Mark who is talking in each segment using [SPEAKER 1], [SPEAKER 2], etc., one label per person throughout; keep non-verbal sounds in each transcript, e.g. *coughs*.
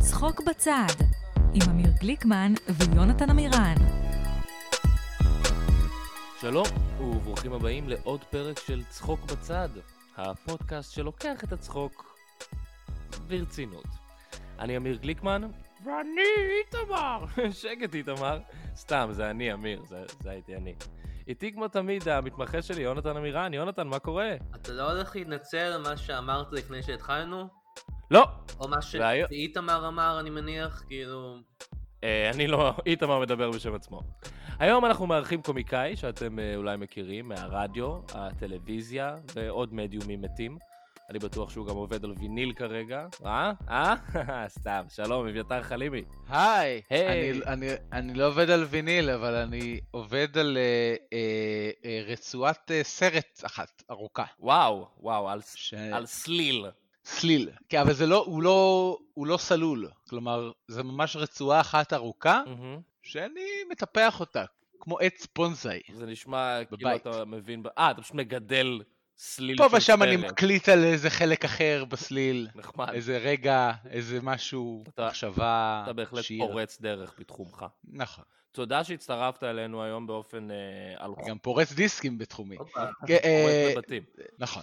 [SPEAKER 1] צחוק בצד, עם אמיר גליקמן ויונתן עמירן.
[SPEAKER 2] שלום, וברוכים הבאים לעוד פרק של צחוק בצד, הפודקאסט שלוקח את הצחוק ברצינות. אני אמיר גליקמן, ואני איתמר. *laughs* שקט איתמר. סתם, זה אני, אמיר, זה, זה הייתי אני. איתי כמו תמיד המתמחה שלי, יונתן עמירן. יונתן, מה קורה?
[SPEAKER 3] אתה לא הולך להתנצל על מה שאמרת לפני שהתחלנו?
[SPEAKER 2] לא,
[SPEAKER 3] או מה
[SPEAKER 2] והיום-
[SPEAKER 3] שאיתמר אמר, אני מניח, כאילו...
[SPEAKER 2] אה, אני לא, איתמר מדבר בשם עצמו. היום אנחנו מארחים קומיקאי שאתם אה, אולי מכירים מהרדיו, הטלוויזיה ועוד מדיומים מתים. אני בטוח שהוא גם עובד על ויניל כרגע. אה? אה? *laughs* סתם, שלום, אביתר חלימי.
[SPEAKER 4] היי,
[SPEAKER 2] היי.
[SPEAKER 4] אני, אני, אני לא עובד על ויניל, אבל אני עובד על אה, אה, אה, רצועת אה, סרט אחת, ארוכה.
[SPEAKER 2] וואו, וואו, על, ס-
[SPEAKER 4] ש...
[SPEAKER 2] על סליל.
[SPEAKER 4] סליל. כן, אבל זה לא, הוא לא, הוא לא סלול. כלומר, זה ממש רצועה אחת ארוכה,
[SPEAKER 2] מהמם.
[SPEAKER 4] שאני מטפח אותה, כמו עץ בונזאי.
[SPEAKER 2] זה נשמע כאילו
[SPEAKER 4] בבית.
[SPEAKER 2] אתה מבין... ב- אה, אתה פשוט מגדל סליל
[SPEAKER 4] פה
[SPEAKER 2] של
[SPEAKER 4] ושם אני
[SPEAKER 2] סרט.
[SPEAKER 4] מקליט על איזה חלק אחר בסליל,
[SPEAKER 2] נחמד.
[SPEAKER 4] איזה רגע, איזה משהו,
[SPEAKER 2] אה, אתה-
[SPEAKER 4] מחשבה,
[SPEAKER 2] אתה בהחלט
[SPEAKER 4] שיר.
[SPEAKER 2] פורץ דרך בתחומך.
[SPEAKER 4] נכון.
[SPEAKER 2] תודה שהצטרפת אלינו היום באופן אה, על חוק.
[SPEAKER 4] גם פורץ דיסקים בתחומי.
[SPEAKER 3] הופה.
[SPEAKER 4] כן, אה,
[SPEAKER 2] פורץ לבתים.
[SPEAKER 4] נכון.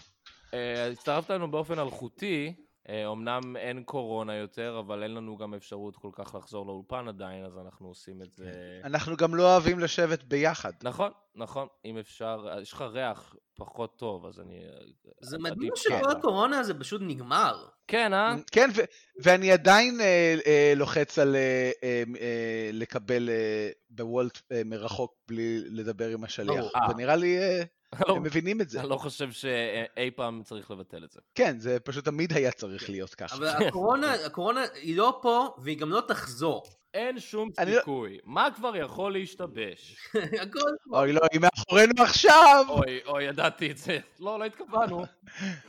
[SPEAKER 2] אה, הצטרפת אלינו באופן אלחוטי, אה, אמנם אין קורונה יותר, אבל אין לנו גם אפשרות כל כך לחזור לאולפן עדיין, אז אנחנו עושים את זה...
[SPEAKER 4] אנחנו גם לא אוהבים לשבת ביחד.
[SPEAKER 2] נכון, נכון, אם אפשר, אה, יש לך ריח פחות טוב, אז אני... אה,
[SPEAKER 3] זה
[SPEAKER 2] עדיף
[SPEAKER 3] מדהים
[SPEAKER 2] ככה.
[SPEAKER 3] שכל הקורונה הזה פשוט נגמר.
[SPEAKER 2] כן, אה?
[SPEAKER 4] כן, ו- ואני עדיין אה, אה, לוחץ על אה, אה, אה, לקבל אה, בוולט אה, מרחוק בלי לדבר עם השליח.
[SPEAKER 3] ברור.
[SPEAKER 2] אה.
[SPEAKER 4] ונראה לי אה,
[SPEAKER 2] לא,
[SPEAKER 4] הם מבינים את זה.
[SPEAKER 2] אני לא חושב שאי פעם צריך לבטל את זה.
[SPEAKER 4] כן, זה פשוט תמיד היה צריך
[SPEAKER 2] כן.
[SPEAKER 4] להיות
[SPEAKER 2] *laughs*
[SPEAKER 4] ככה.
[SPEAKER 3] אבל הקורונה, הקורונה היא לא פה, והיא גם לא תחזור. *laughs*
[SPEAKER 2] אין שום
[SPEAKER 4] אני לא-
[SPEAKER 2] סיכוי. מה כבר יכול להשתבש?
[SPEAKER 3] הכל פה.
[SPEAKER 4] אוי, לא, היא מאחורינו עכשיו!
[SPEAKER 2] אוי, אוי, ידעתי את זה. לא, לא
[SPEAKER 4] *laughs*
[SPEAKER 2] התכוונו.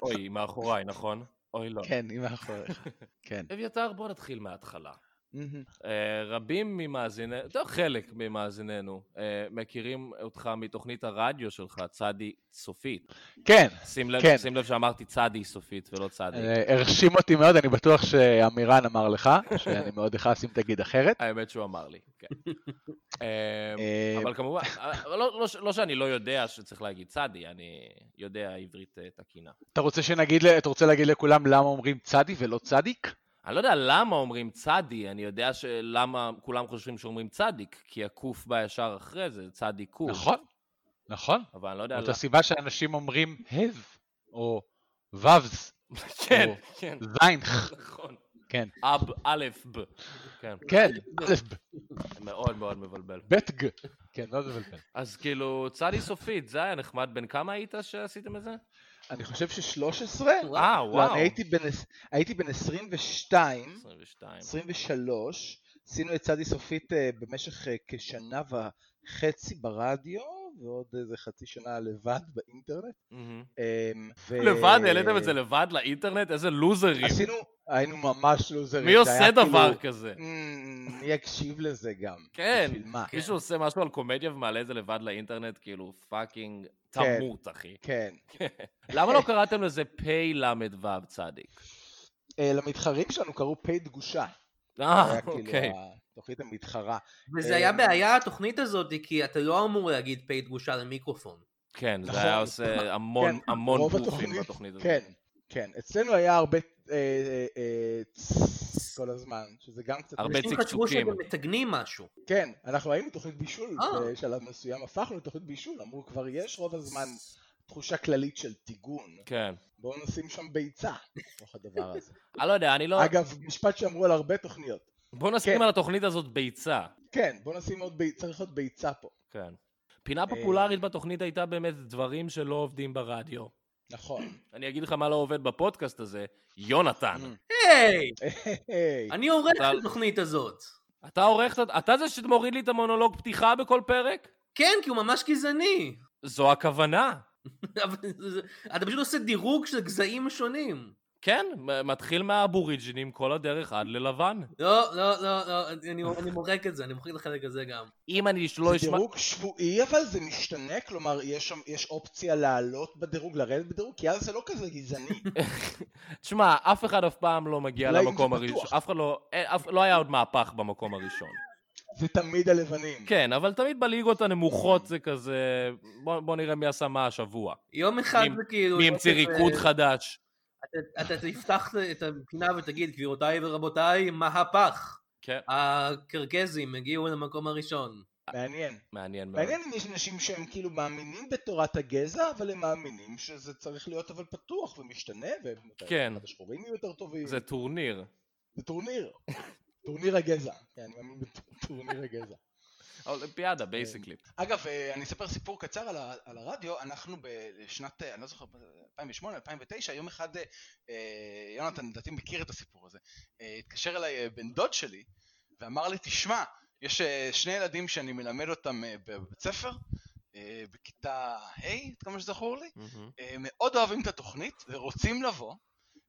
[SPEAKER 2] אוי, היא מאחוריי, נכון? אוי, לא.
[SPEAKER 4] כן, היא
[SPEAKER 2] *laughs*
[SPEAKER 4] מאחוריך. כן.
[SPEAKER 2] אביתר, בוא נתחיל מההתחלה.
[SPEAKER 4] מהמם.
[SPEAKER 2] אה, רבים ממאזיננו, טוב, חלק ממאזיננו, אה, מכירים אותך מתוכנית הרדיו שלך, צדי סופית.
[SPEAKER 4] כן,
[SPEAKER 2] שים לב,
[SPEAKER 4] כן.
[SPEAKER 2] שים לב שאמרתי צדי סופית ולא צדי.
[SPEAKER 4] אה, הרשים אותי מאוד, אני בטוח שאמירן אמר לך, שאני מאוד אכעס אם תגיד אחרת.
[SPEAKER 2] האמת שהוא אמר לי,
[SPEAKER 4] *laughs*
[SPEAKER 2] כן. אה,
[SPEAKER 4] אה,
[SPEAKER 2] אבל כמובן, אה, לא, לא, ש- לא שאני לא יודע שצריך להגיד צדי, אני יודע עברית אה, תקינה.
[SPEAKER 4] אתה רוצה שנגיד, ל- אתה רוצה להגיד לכולם למה אומרים צדי ולא צדיק?
[SPEAKER 2] אני לא יודע למה אומרים צדי, אני יודע שלמה כולם חושבים שאומרים צדיק, כי הקוף בא ישר אחרי זה, צדי קוף.
[SPEAKER 4] נכון, נכון.
[SPEAKER 2] אבל אני לא יודע...
[SPEAKER 4] זאת
[SPEAKER 2] למה-
[SPEAKER 4] הסיבה שאנשים אומרים הב, או וווס,
[SPEAKER 2] *laughs* כן,
[SPEAKER 4] או-
[SPEAKER 2] כן,
[SPEAKER 4] זיינך,
[SPEAKER 2] נכון.
[SPEAKER 4] כן,
[SPEAKER 2] אב, א', ב. כן,
[SPEAKER 4] כן, אלף,
[SPEAKER 2] מאוד מאוד מבלבל.
[SPEAKER 4] בטג, כן, לא זה מבלבל.
[SPEAKER 2] אז כאילו, צדי סופית, זה היה נחמד. בן כמה היית שעשיתם את זה?
[SPEAKER 4] אני חושב ש-13?
[SPEAKER 3] וואו.
[SPEAKER 2] אה,
[SPEAKER 4] לא,
[SPEAKER 2] וואו.
[SPEAKER 4] אני הייתי בן עש- הייתי בן 22,
[SPEAKER 2] 22.
[SPEAKER 4] 23, עשינו את צדי סופית אה, במשך אה, כשנה וחצי ברדיו, ועוד איזה חצי שנה לבד באינטרנט.
[SPEAKER 2] מהמם.
[SPEAKER 4] אה, ו-
[SPEAKER 2] לבד, העליתם את זה לבד לאינטרנט? איזה לוזרים.
[SPEAKER 4] עשינו, היינו ממש לוזרים.
[SPEAKER 2] מי
[SPEAKER 4] זה
[SPEAKER 2] עושה
[SPEAKER 4] היה
[SPEAKER 2] דבר
[SPEAKER 4] כאילו-
[SPEAKER 2] כזה?
[SPEAKER 4] אמ, מי יקשיב לזה גם?
[SPEAKER 2] כן.
[SPEAKER 4] בשביל מה?
[SPEAKER 2] מישהו עושה משהו על קומדיה ומעלה את זה לבד לאינטרנט, כאילו, פאקינג תמות, אחי.
[SPEAKER 4] כן.
[SPEAKER 2] למה לא קראתם לזה פל"ו צדיק?
[SPEAKER 4] אה, למתחרים שלנו קראו פ' דגושה.
[SPEAKER 2] אה,
[SPEAKER 4] היה
[SPEAKER 2] אוקיי.
[SPEAKER 4] כאילו התוכנית המתחרה.
[SPEAKER 3] וזה
[SPEAKER 4] אה,
[SPEAKER 3] היה בעיה התוכנית הזאת, כי אתה לא אמור להגיד פי דגושה למיקרופון.
[SPEAKER 2] כן, זה
[SPEAKER 4] נכון.
[SPEAKER 2] היה עושה המון
[SPEAKER 4] כן,
[SPEAKER 2] המון
[SPEAKER 4] רוב
[SPEAKER 2] פופים
[SPEAKER 4] התוכנית-
[SPEAKER 2] בתוכנית הזאת.
[SPEAKER 4] כן, כן. אצלנו היה הרבה אה, אה, אה, צ- כל הזמן, שזה גם קצת...
[SPEAKER 2] הרבה
[SPEAKER 3] אנשים חשבו
[SPEAKER 2] צקצוקים.
[SPEAKER 3] שהם מתגנים משהו.
[SPEAKER 4] כן, אנחנו היינו תוכנית בישול
[SPEAKER 3] אה.
[SPEAKER 4] בשלב מסוים, הפכנו לתוכנית בישול, אמרו כבר יש רוב הזמן תחושה כללית של טיגון,
[SPEAKER 2] כן.
[SPEAKER 4] בואו נשים שם ביצה בתוך הדבר הזה.
[SPEAKER 2] אני לא יודע, אני *laughs* לא...
[SPEAKER 4] אגב, משפט שאמרו על הרבה תוכניות.
[SPEAKER 2] בוא נסכים
[SPEAKER 4] כן.
[SPEAKER 2] על התוכנית הזאת ביצה.
[SPEAKER 4] כן, בואו נשים עוד ביצה, צריך עוד ביצה פה.
[SPEAKER 2] כן.
[SPEAKER 4] אה.
[SPEAKER 2] פינה פופולרית בתוכנית הייתה באמת דברים שלא עובדים ברדיו.
[SPEAKER 4] נכון.
[SPEAKER 2] *laughs* אני אגיד לך מה לא עובד בפודקאסט הזה, יונתן.
[SPEAKER 4] אה.
[SPEAKER 3] היי!
[SPEAKER 4] היי.
[SPEAKER 3] אני עורך
[SPEAKER 2] אתה-
[SPEAKER 3] את התוכנית הזאת.
[SPEAKER 2] אתה עורך, את- אתה זה שמוריד לי את המונולוג פתיחה בכל פרק?
[SPEAKER 3] כן, כי הוא ממש גזעני. *laughs*
[SPEAKER 2] זו הכוונה.
[SPEAKER 3] אבל זה- אתה פשוט עושה דירוג של גזעים שונים.
[SPEAKER 2] כן, מ- מתחיל מהאבוריג'ינים כל הדרך עד ללבן.
[SPEAKER 3] לא, לא, לא, לא, אני, אני מוחק את זה, אני מוחק את החלק הזה גם.
[SPEAKER 2] אם אני לא
[SPEAKER 4] זה
[SPEAKER 2] אשמע...
[SPEAKER 4] דירוג שבועי אבל זה משתנה, כלומר יש שם, יש אופציה לעלות בדירוג, לרדת בדירוג, כי אז זה לא כזה גזעני. *laughs*
[SPEAKER 2] תשמע, אף אחד אף פעם לא מגיע
[SPEAKER 4] אולי אם
[SPEAKER 2] למקום
[SPEAKER 4] זה
[SPEAKER 2] הראשון.
[SPEAKER 4] פתוח.
[SPEAKER 2] אף אחד לא... אין- אף- לא היה עוד מהפך במקום הראשון.
[SPEAKER 4] זה תמיד הלבנים.
[SPEAKER 2] כן, אבל תמיד בליגות הנמוכות זה כזה... בוא בוא נראה מי עשה מה השבוע.
[SPEAKER 3] יום אחד
[SPEAKER 2] מי-
[SPEAKER 3] זה כאילו...
[SPEAKER 2] מי המציא
[SPEAKER 3] אתה-
[SPEAKER 2] ריקוד חדש.
[SPEAKER 3] אתה- אתה תפתח את הפינה ותגיד, גבירותיי ורבותיי, מהפך.
[SPEAKER 2] כן,
[SPEAKER 3] הקרקזים הגיעו למקום הראשון.
[SPEAKER 4] מעניין.
[SPEAKER 2] מעניין מאוד.
[SPEAKER 4] מעניין אם יש אנשים שהם כאילו מאמינים בתורת הגזע, אבל הם מאמינים שזה צריך להיות אבל פתוח ומשתנה, והם...
[SPEAKER 2] כן.
[SPEAKER 4] השחורים יהיו יותר טובים.
[SPEAKER 2] זה טורניר.
[SPEAKER 4] זה טורניר. טורניר הגזע. כן, אני מאמין בטורניר הגזע.
[SPEAKER 2] אולימפיאדה,
[SPEAKER 4] כן.
[SPEAKER 2] בייסיקלי.
[SPEAKER 4] אגב, אה, אני אספר סיפור קצר על, ה- על הרדיו, אנחנו בשנת, אה, אני לא זוכר, 2008, 2009, יום אחד, אה, אה, יונתן לדעתי מכיר את הסיפור הזה, אה, התקשר אליי אה, בן דוד שלי ואמר לי, תשמע, יש אה, שני ילדים שאני מלמד אותם אה, בבית ספר, אה, בכיתה ה', עד כמה שזכור לי,
[SPEAKER 2] מהמם.
[SPEAKER 4] אה, מאוד אוהבים את התוכנית ורוצים לבוא,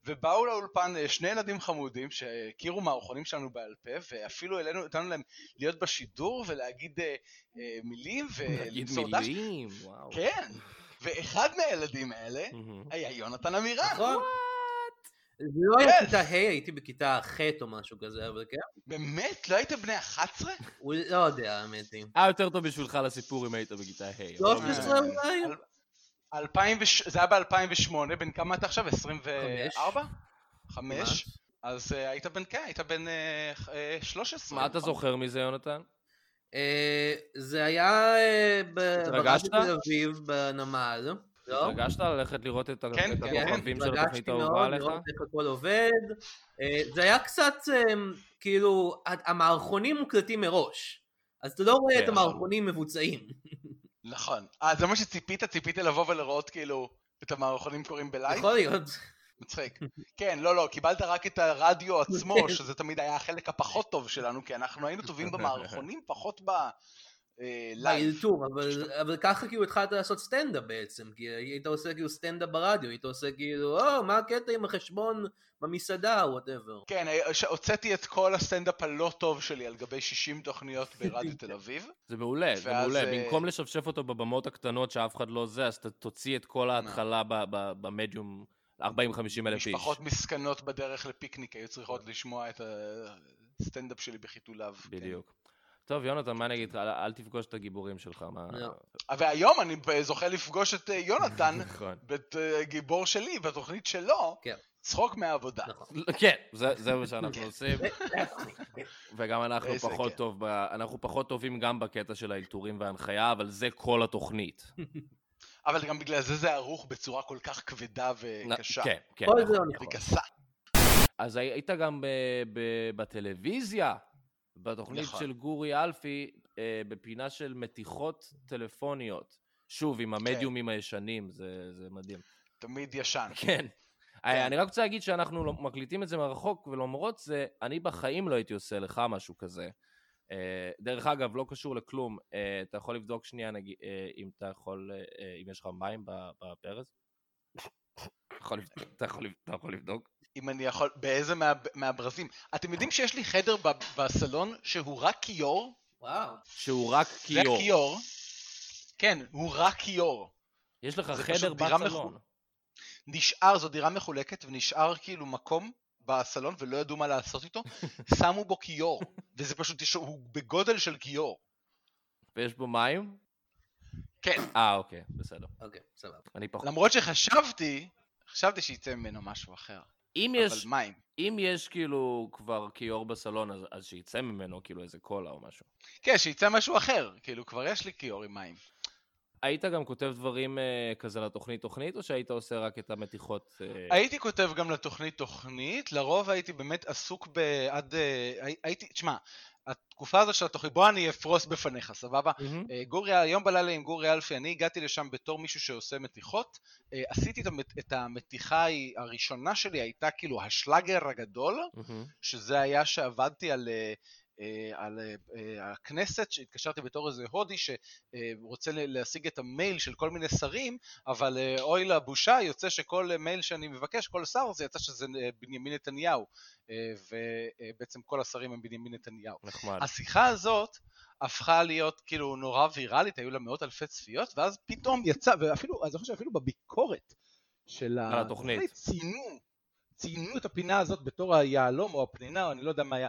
[SPEAKER 4] ובאו לאולפן אה, שני ילדים חמודים שהכירו מערכונים שלנו בעל פה, ואפילו העלינו- נתנו להם להיות בשידור ולהגיד אה, אה, מילים
[SPEAKER 2] *laughs* להגיד
[SPEAKER 4] ולמסור דש.
[SPEAKER 2] מילים, וואו.
[SPEAKER 4] כן, ואחד
[SPEAKER 2] *laughs*
[SPEAKER 4] מהילדים האלה
[SPEAKER 2] מהמם.
[SPEAKER 4] היה יונתן עמירן,
[SPEAKER 3] נכון? זה לא היה
[SPEAKER 4] Yes.
[SPEAKER 3] בכיתה ה', הייתי בכיתה ח' או משהו כזה, אבל כן.
[SPEAKER 4] באמת? לא היית בני 11?
[SPEAKER 3] הוא לא יודע, האמת היא.
[SPEAKER 2] היה אה, יותר טוב בשבילך לסיפור אם היית בכיתה ה'. אבל לא
[SPEAKER 3] 13
[SPEAKER 2] משנה.
[SPEAKER 3] אולי?
[SPEAKER 4] אל- 2006 זה היה ב-2008, בן כמה אתה עכשיו? 24? 5?
[SPEAKER 3] ממש.
[SPEAKER 4] אז אה, היית בן, כן, היית בן אה, אה, 13.
[SPEAKER 2] מה אתה
[SPEAKER 4] נכון?
[SPEAKER 2] זוכר מזה, יונתן?
[SPEAKER 3] אה, זה היה אה, ב-
[SPEAKER 2] התרגשת?
[SPEAKER 3] ברדיו תל אביב, בנמל. לא?
[SPEAKER 2] התרגשת ללכת לראות את ה-
[SPEAKER 4] כן,
[SPEAKER 2] את
[SPEAKER 4] כן.
[SPEAKER 2] הכוכבים של התוכנית
[SPEAKER 3] התרגשתי
[SPEAKER 2] האהובה
[SPEAKER 3] מאוד
[SPEAKER 2] עליך?
[SPEAKER 3] לראות איך הכל עובד. אה, זה היה קצת אה, כאילו, ה- המערכונים מוקלטים מראש. אז אתה לא רואה את
[SPEAKER 2] כן.
[SPEAKER 3] המערכונים מבוצעים.
[SPEAKER 4] נכון. אה, זה מה שציפית? ציפית לבוא ולראות כאילו את המערכונים קוראים בלייב?
[SPEAKER 3] יכול להיות.
[SPEAKER 4] מצחיק. כן, לא, לא, קיבלת רק את הרדיו עצמו,
[SPEAKER 3] כן.
[SPEAKER 4] שזה תמיד היה החלק הפחות טוב שלנו, כי אנחנו היינו טובים במערכונים, פחות אה, בלייב.
[SPEAKER 3] באלתור, אבל, אבל ככה כאילו התחלת לעשות סטנדאפ בעצם, כי היית עושה כאילו סטנדאפ ברדיו, היית עושה כאילו, או, מה הקטע עם החשבון במסעדה, וואטאבר.
[SPEAKER 4] כן, אה, ש- הוצאתי את כל הסטנדאפ הלא טוב שלי על גבי 60 תוכניות ברדיו תל אביב.
[SPEAKER 2] זה מעולה, זה
[SPEAKER 4] ואז,
[SPEAKER 2] מעולה.
[SPEAKER 4] אה,
[SPEAKER 2] במקום לשפשף אותו בבמות הקטנות שאף אחד לא זה, אז ת- תוציא את כל ההתחלה ב- ב- במדיום 40-50 אלף איש.
[SPEAKER 4] משפחות מסכנות בדרך לפיקניק היו צריכות לשמוע את אה, הסטנדאפ שלי בחיתוליו. כן.
[SPEAKER 2] בדיוק. טוב, יונתן, מה אני אגיד לך? אל- אל תפגוש את הגיבורים שלך, מה...
[SPEAKER 3] לא.
[SPEAKER 4] אה, והיום אני ב- זוכה לפגוש את אה,
[SPEAKER 2] *laughs*
[SPEAKER 4] יונתן,
[SPEAKER 2] נכון.
[SPEAKER 4] בת- אה, גיבור שלי, בתוכנית שלו,
[SPEAKER 3] כן.
[SPEAKER 4] צחוק מהעבודה.
[SPEAKER 3] נכון.
[SPEAKER 2] כן, זה זה מה
[SPEAKER 3] כן.
[SPEAKER 2] שאנחנו עושים, וגם אנחנו
[SPEAKER 4] איזה כן.
[SPEAKER 2] פחות
[SPEAKER 4] כיף.
[SPEAKER 2] טוב, ב- אנחנו פחות טובים גם בקטע של האלתורים וההנחיה, אבל זה כל התוכנית.
[SPEAKER 4] אבל גם בגלל זה זה ערוך בצורה כל כך כבדה וקשה.
[SPEAKER 2] כן, כן.
[SPEAKER 3] כל
[SPEAKER 2] נכון.
[SPEAKER 3] זה לא נכון.
[SPEAKER 4] וגסה.
[SPEAKER 2] אז הי- היית גם ב- ב- בטלוויזיה, בתוכנית
[SPEAKER 4] נכון.
[SPEAKER 2] של גורי אלפי, אה, בפינה של מתיחות טלפוניות. שוב,
[SPEAKER 4] כן.
[SPEAKER 2] עם המדיומים הישנים, זה זה מדהים.
[SPEAKER 4] תמיד ישן.
[SPEAKER 2] כן. אה, אני רק רוצה להגיד שאנחנו לא- מקליטים את זה מרחוק, ולמרות זה, אני בחיים לא הייתי עושה לך משהו כזה. אה, דרך אגב, לא קשור לכלום. אה, אתה יכול לבדוק שנייה, נגיד, אה, אם אתה יכול, אה, אה, אם יש לך מים ב- בברז? אתה יכול לבדוק- אתה יכול לבדוק- אתה יכול לבדוק?
[SPEAKER 4] אם אני יכול, באיזה מה- מהברזים. אתם יודעים שיש לי חדר ב- בסלון שהוא רק כיור?
[SPEAKER 3] וואו.
[SPEAKER 2] שהוא רק
[SPEAKER 4] זה
[SPEAKER 2] כיור.
[SPEAKER 4] כיור. כן, הוא רק כיור.
[SPEAKER 2] יש לך
[SPEAKER 4] זה
[SPEAKER 2] חדר
[SPEAKER 4] פשוט דירה
[SPEAKER 2] בסלון.
[SPEAKER 4] מחו- נשאר, זו דירה מחולקת, ונשאר כאילו מקום בסלון, ולא ידעו מה לעשות איתו, שמו בו כיור, וזה פשוט, יש- הוא בגודל של כיור.
[SPEAKER 2] ויש בו מים?
[SPEAKER 4] כן,
[SPEAKER 2] אה, אוקיי, בסדר.
[SPEAKER 3] אוקיי, סבבה.
[SPEAKER 2] אני פחות...
[SPEAKER 4] למרות שחשבתי, חשבתי שיצא ממנו משהו אחר,
[SPEAKER 2] אם
[SPEAKER 4] אבל
[SPEAKER 2] יש,
[SPEAKER 4] מים.
[SPEAKER 2] אם יש כאילו כבר כיור בסלון, אז, אז שיצא ממנו כאילו איזה קולה או משהו.
[SPEAKER 4] כן, שיצא משהו אחר, כאילו כבר יש לי כיור עם מים.
[SPEAKER 2] היית גם כותב דברים אה, כזה לתוכנית-תוכנית, או שהיית עושה רק את המתיחות? אה,
[SPEAKER 4] הייתי כותב גם לתוכנית תוכנית, לרוב הייתי באמת עסוק ב... עד... אה, הי- הייתי, תשמע, התקופה הזאת של התוכנית, בוא אני אפרוס בפניך, סבבה?
[SPEAKER 2] מהמם.
[SPEAKER 4] אה, גורי, היום בלילה עם גורי אלפי, אני הגעתי לשם בתור מישהו שעושה מתיחות. אה, עשיתי את המת- את המתיחה ההיא- הראשונה שלי, הייתה כאילו השלאגר הגדול,
[SPEAKER 2] מהמם.
[SPEAKER 4] שזה היה שעבדתי על... אה, אה, על אה, אה, הכנסת, שהתקשרתי בתור איזה הודי שרוצה להשיג את המייל של כל מיני שרים, אבל אה, אוי לבושה, יוצא שכל אה, מייל שאני מבקש, כל שר, זה יצא שזה אה, בנימין נתניהו, אה, ובעצם כל השרים הם בנימין נתניהו.
[SPEAKER 2] נחמד.
[SPEAKER 4] השיחה הזאת הפכה להיות כאילו נורא ויראלית, היו לה מאות אלפי צפיות, ואז פתאום יצא, ואפילו, אז אני חושב שאפילו בביקורת של
[SPEAKER 2] על התוכנית.
[SPEAKER 4] ציינו, ציינו את הפינה הזאת בתור היהלום או הפנינה, או אני לא יודע מה היה,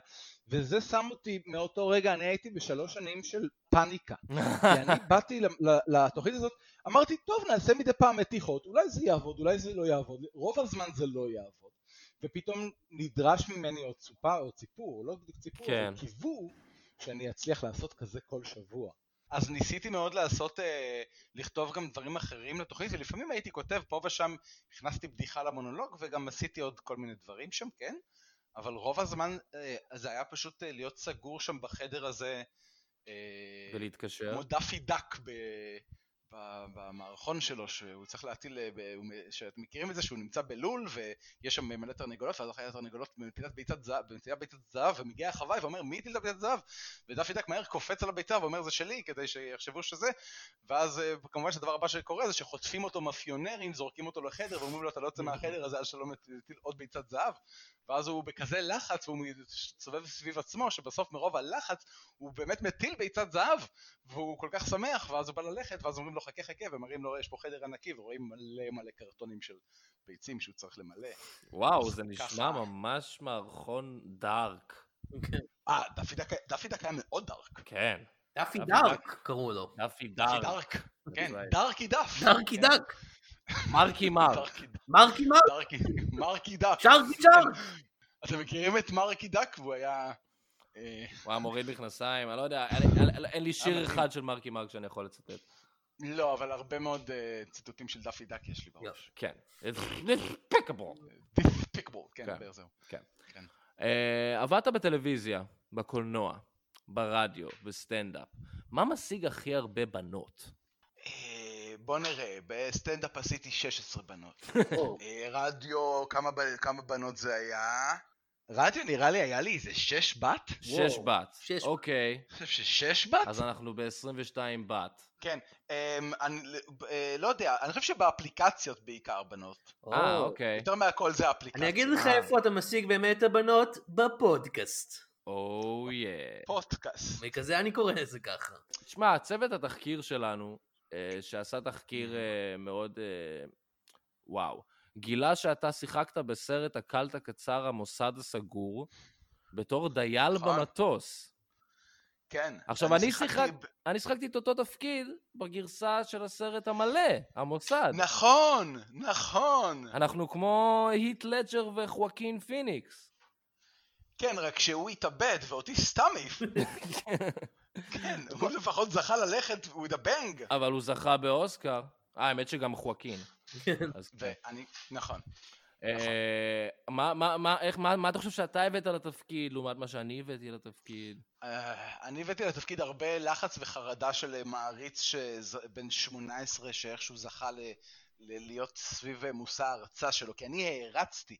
[SPEAKER 4] וזה שם אותי מאותו רגע, אני הייתי בשלוש שנים של פאניקה. כי אני באתי ל- ל- לתוכנית הזאת, אמרתי, טוב, נעשה מדי פעם מתיחות, אולי זה יעבוד, אולי זה לא יעבוד, רוב הזמן זה לא יעבוד. ופתאום נדרש ממני עוד צופה או ציפור, לא בדיוק ציפור,
[SPEAKER 2] כן.
[SPEAKER 4] אבל קיוו שאני אצליח לעשות כזה כל שבוע. אז ניסיתי מאוד לעשות, אה, לכתוב גם דברים אחרים לתוכנית, ולפעמים הייתי כותב פה ושם, הכנסתי בדיחה למונולוג, וגם עשיתי עוד כל מיני דברים שם, כן? אבל רוב הזמן אה, זה היה פשוט אה, להיות סגור שם בחדר הזה. אה,
[SPEAKER 2] *laughs* ולהתקשר.
[SPEAKER 4] כמו דאפי דאק ב... ב- במערכון שלו שהוא צריך להטיל, אה, ב- הוא מ- שאתם מכירים את זה שהוא נמצא בלול ויש שם מלא תרנגולות ואז אחרי התרנגולות במטילה ביצת זהב, במטילה ביצת זהב ומגיע החוואי ואומר מי הטיל את הביצת זהב ודאפי דק מהר קופץ על הביצה ואומר זה שלי כדי שיחשבו שזה ואז אה, כמובן שהדבר הבא שקורה זה שחוטפים אותו מאפיונרים זורקים אותו לחדר ואומרים לו אתה לא יוצא מהחדר הזה עד שלא מטיל עוד ביצת זהב ואז הוא בכזה לחץ והוא מסתובב סביב עצמו שבסוף מרוב הלחץ הוא באמת מטיל ביצת זהב והוא כל כך שמח, ואז הוא בא ללכת, ואז אומרים לו חכה חכה, ומראים לו יש פה חדר ענקי, ורואים מלא מלא קרטונים של ביצים שהוא צריך למלא.
[SPEAKER 2] וואו,
[SPEAKER 4] אז
[SPEAKER 2] זה נשמע
[SPEAKER 4] ככה.
[SPEAKER 2] ממש מערכון דארק.
[SPEAKER 3] כן.
[SPEAKER 4] אה, דאפי דק, דאפי דק היה מאוד דארק.
[SPEAKER 2] כן,
[SPEAKER 3] דאפי
[SPEAKER 2] דאפי
[SPEAKER 3] דארק קראו לו.
[SPEAKER 2] דאפי
[SPEAKER 4] דאפי
[SPEAKER 2] דארק.
[SPEAKER 4] דארק, כן,
[SPEAKER 2] right.
[SPEAKER 4] דארקי דף.
[SPEAKER 3] דארקי
[SPEAKER 4] כן,
[SPEAKER 3] דאק.
[SPEAKER 2] מרקי מרק.
[SPEAKER 4] דארקי
[SPEAKER 3] מרקי מרק.
[SPEAKER 4] דארקי, מרקי דק.
[SPEAKER 3] שרקי שרק.
[SPEAKER 4] אתם מכירים את מרקי דק? והוא היה... אה,
[SPEAKER 2] הוא היה מוריד מכנסיים, אני לא יודע, אין- אין- אין לי שיר
[SPEAKER 4] מדהים.
[SPEAKER 2] אחד של מרקי מרק שאני יכול לצטט.
[SPEAKER 4] לא, אבל הרבה מאוד אה, ציטוטים של דאפי דק יש לי בראש.
[SPEAKER 2] כן. It's despicable.
[SPEAKER 4] דיספיקבול,
[SPEAKER 2] כן.
[SPEAKER 4] כן, באר זהו.
[SPEAKER 2] אה, עבדת בטלוויזיה, בקולנוע, ברדיו, בסטנדאפ. מה משיג הכי הרבה בנות?
[SPEAKER 4] אה, בוא נראה, בסטנדאפ עשיתי 16 בנות.
[SPEAKER 3] או,
[SPEAKER 4] אה, רדיו, כמה, ב- כמה בנות זה היה? רדיו נראה לי היה לי איזה שש בת? אני
[SPEAKER 2] שש בת.
[SPEAKER 3] שש בת.
[SPEAKER 2] אוקיי,
[SPEAKER 4] חושב ששש בת?
[SPEAKER 2] אז אנחנו ב-22 בת.
[SPEAKER 4] כן. אמ, אני אה, לא יודע, אני חושב שבאפליקציות בעיקר בנות.
[SPEAKER 3] או.
[SPEAKER 2] אה, אוקיי.
[SPEAKER 4] יותר מהכל זה האפליקציות.
[SPEAKER 3] אני אגיד לך
[SPEAKER 2] אה.
[SPEAKER 3] איפה אתה משיג באמת הבנות, בפודקאסט.
[SPEAKER 2] או יא.
[SPEAKER 4] פודקאסט.
[SPEAKER 3] וכזה אני קורא לזה ככה.
[SPEAKER 2] תשמע, צוות התחקיר שלנו, אה, שעשה
[SPEAKER 4] Mm-hmm.
[SPEAKER 2] תחקיר אה, מאוד... אה, וואו. גילה שאתה שיחקת בסרט הקלט הקצר המוסד הסגור, בתור דייל
[SPEAKER 4] נכון.
[SPEAKER 2] במטוס.
[SPEAKER 4] כן.
[SPEAKER 2] עכשיו, אני
[SPEAKER 4] שיחקתי
[SPEAKER 2] שיחק-
[SPEAKER 4] ב-
[SPEAKER 2] אני שיחקתי את אותו תפקיד בגרסה של הסרט המלא, המוסד.
[SPEAKER 4] נכון, נכון.
[SPEAKER 2] אנחנו כמו היט לג'ר וחואקין פיניקס.
[SPEAKER 4] כן, רק שהוא התאבד ואותי סתם העיף. כן, הוא לפחות זכה ללכת with a bang.
[SPEAKER 2] אבל הוא זכה באוסקר. אה, האמת שגם חואקין. אז כן.
[SPEAKER 4] ואני, נכון.
[SPEAKER 2] אה, מה- מה- מה- איך- מה מה אתה חושב שאתה הבאת לתפקיד לעומת מה שאני הבאתי לתפקיד?
[SPEAKER 4] אה, אני הבאתי לתפקיד הרבה לחץ וחרדה של אה, מעריץ שז- בן 18 שאיכשהו זכה ל... ל... להיות סביב אה, מושא ההרצה שלו, כי אני הערצתי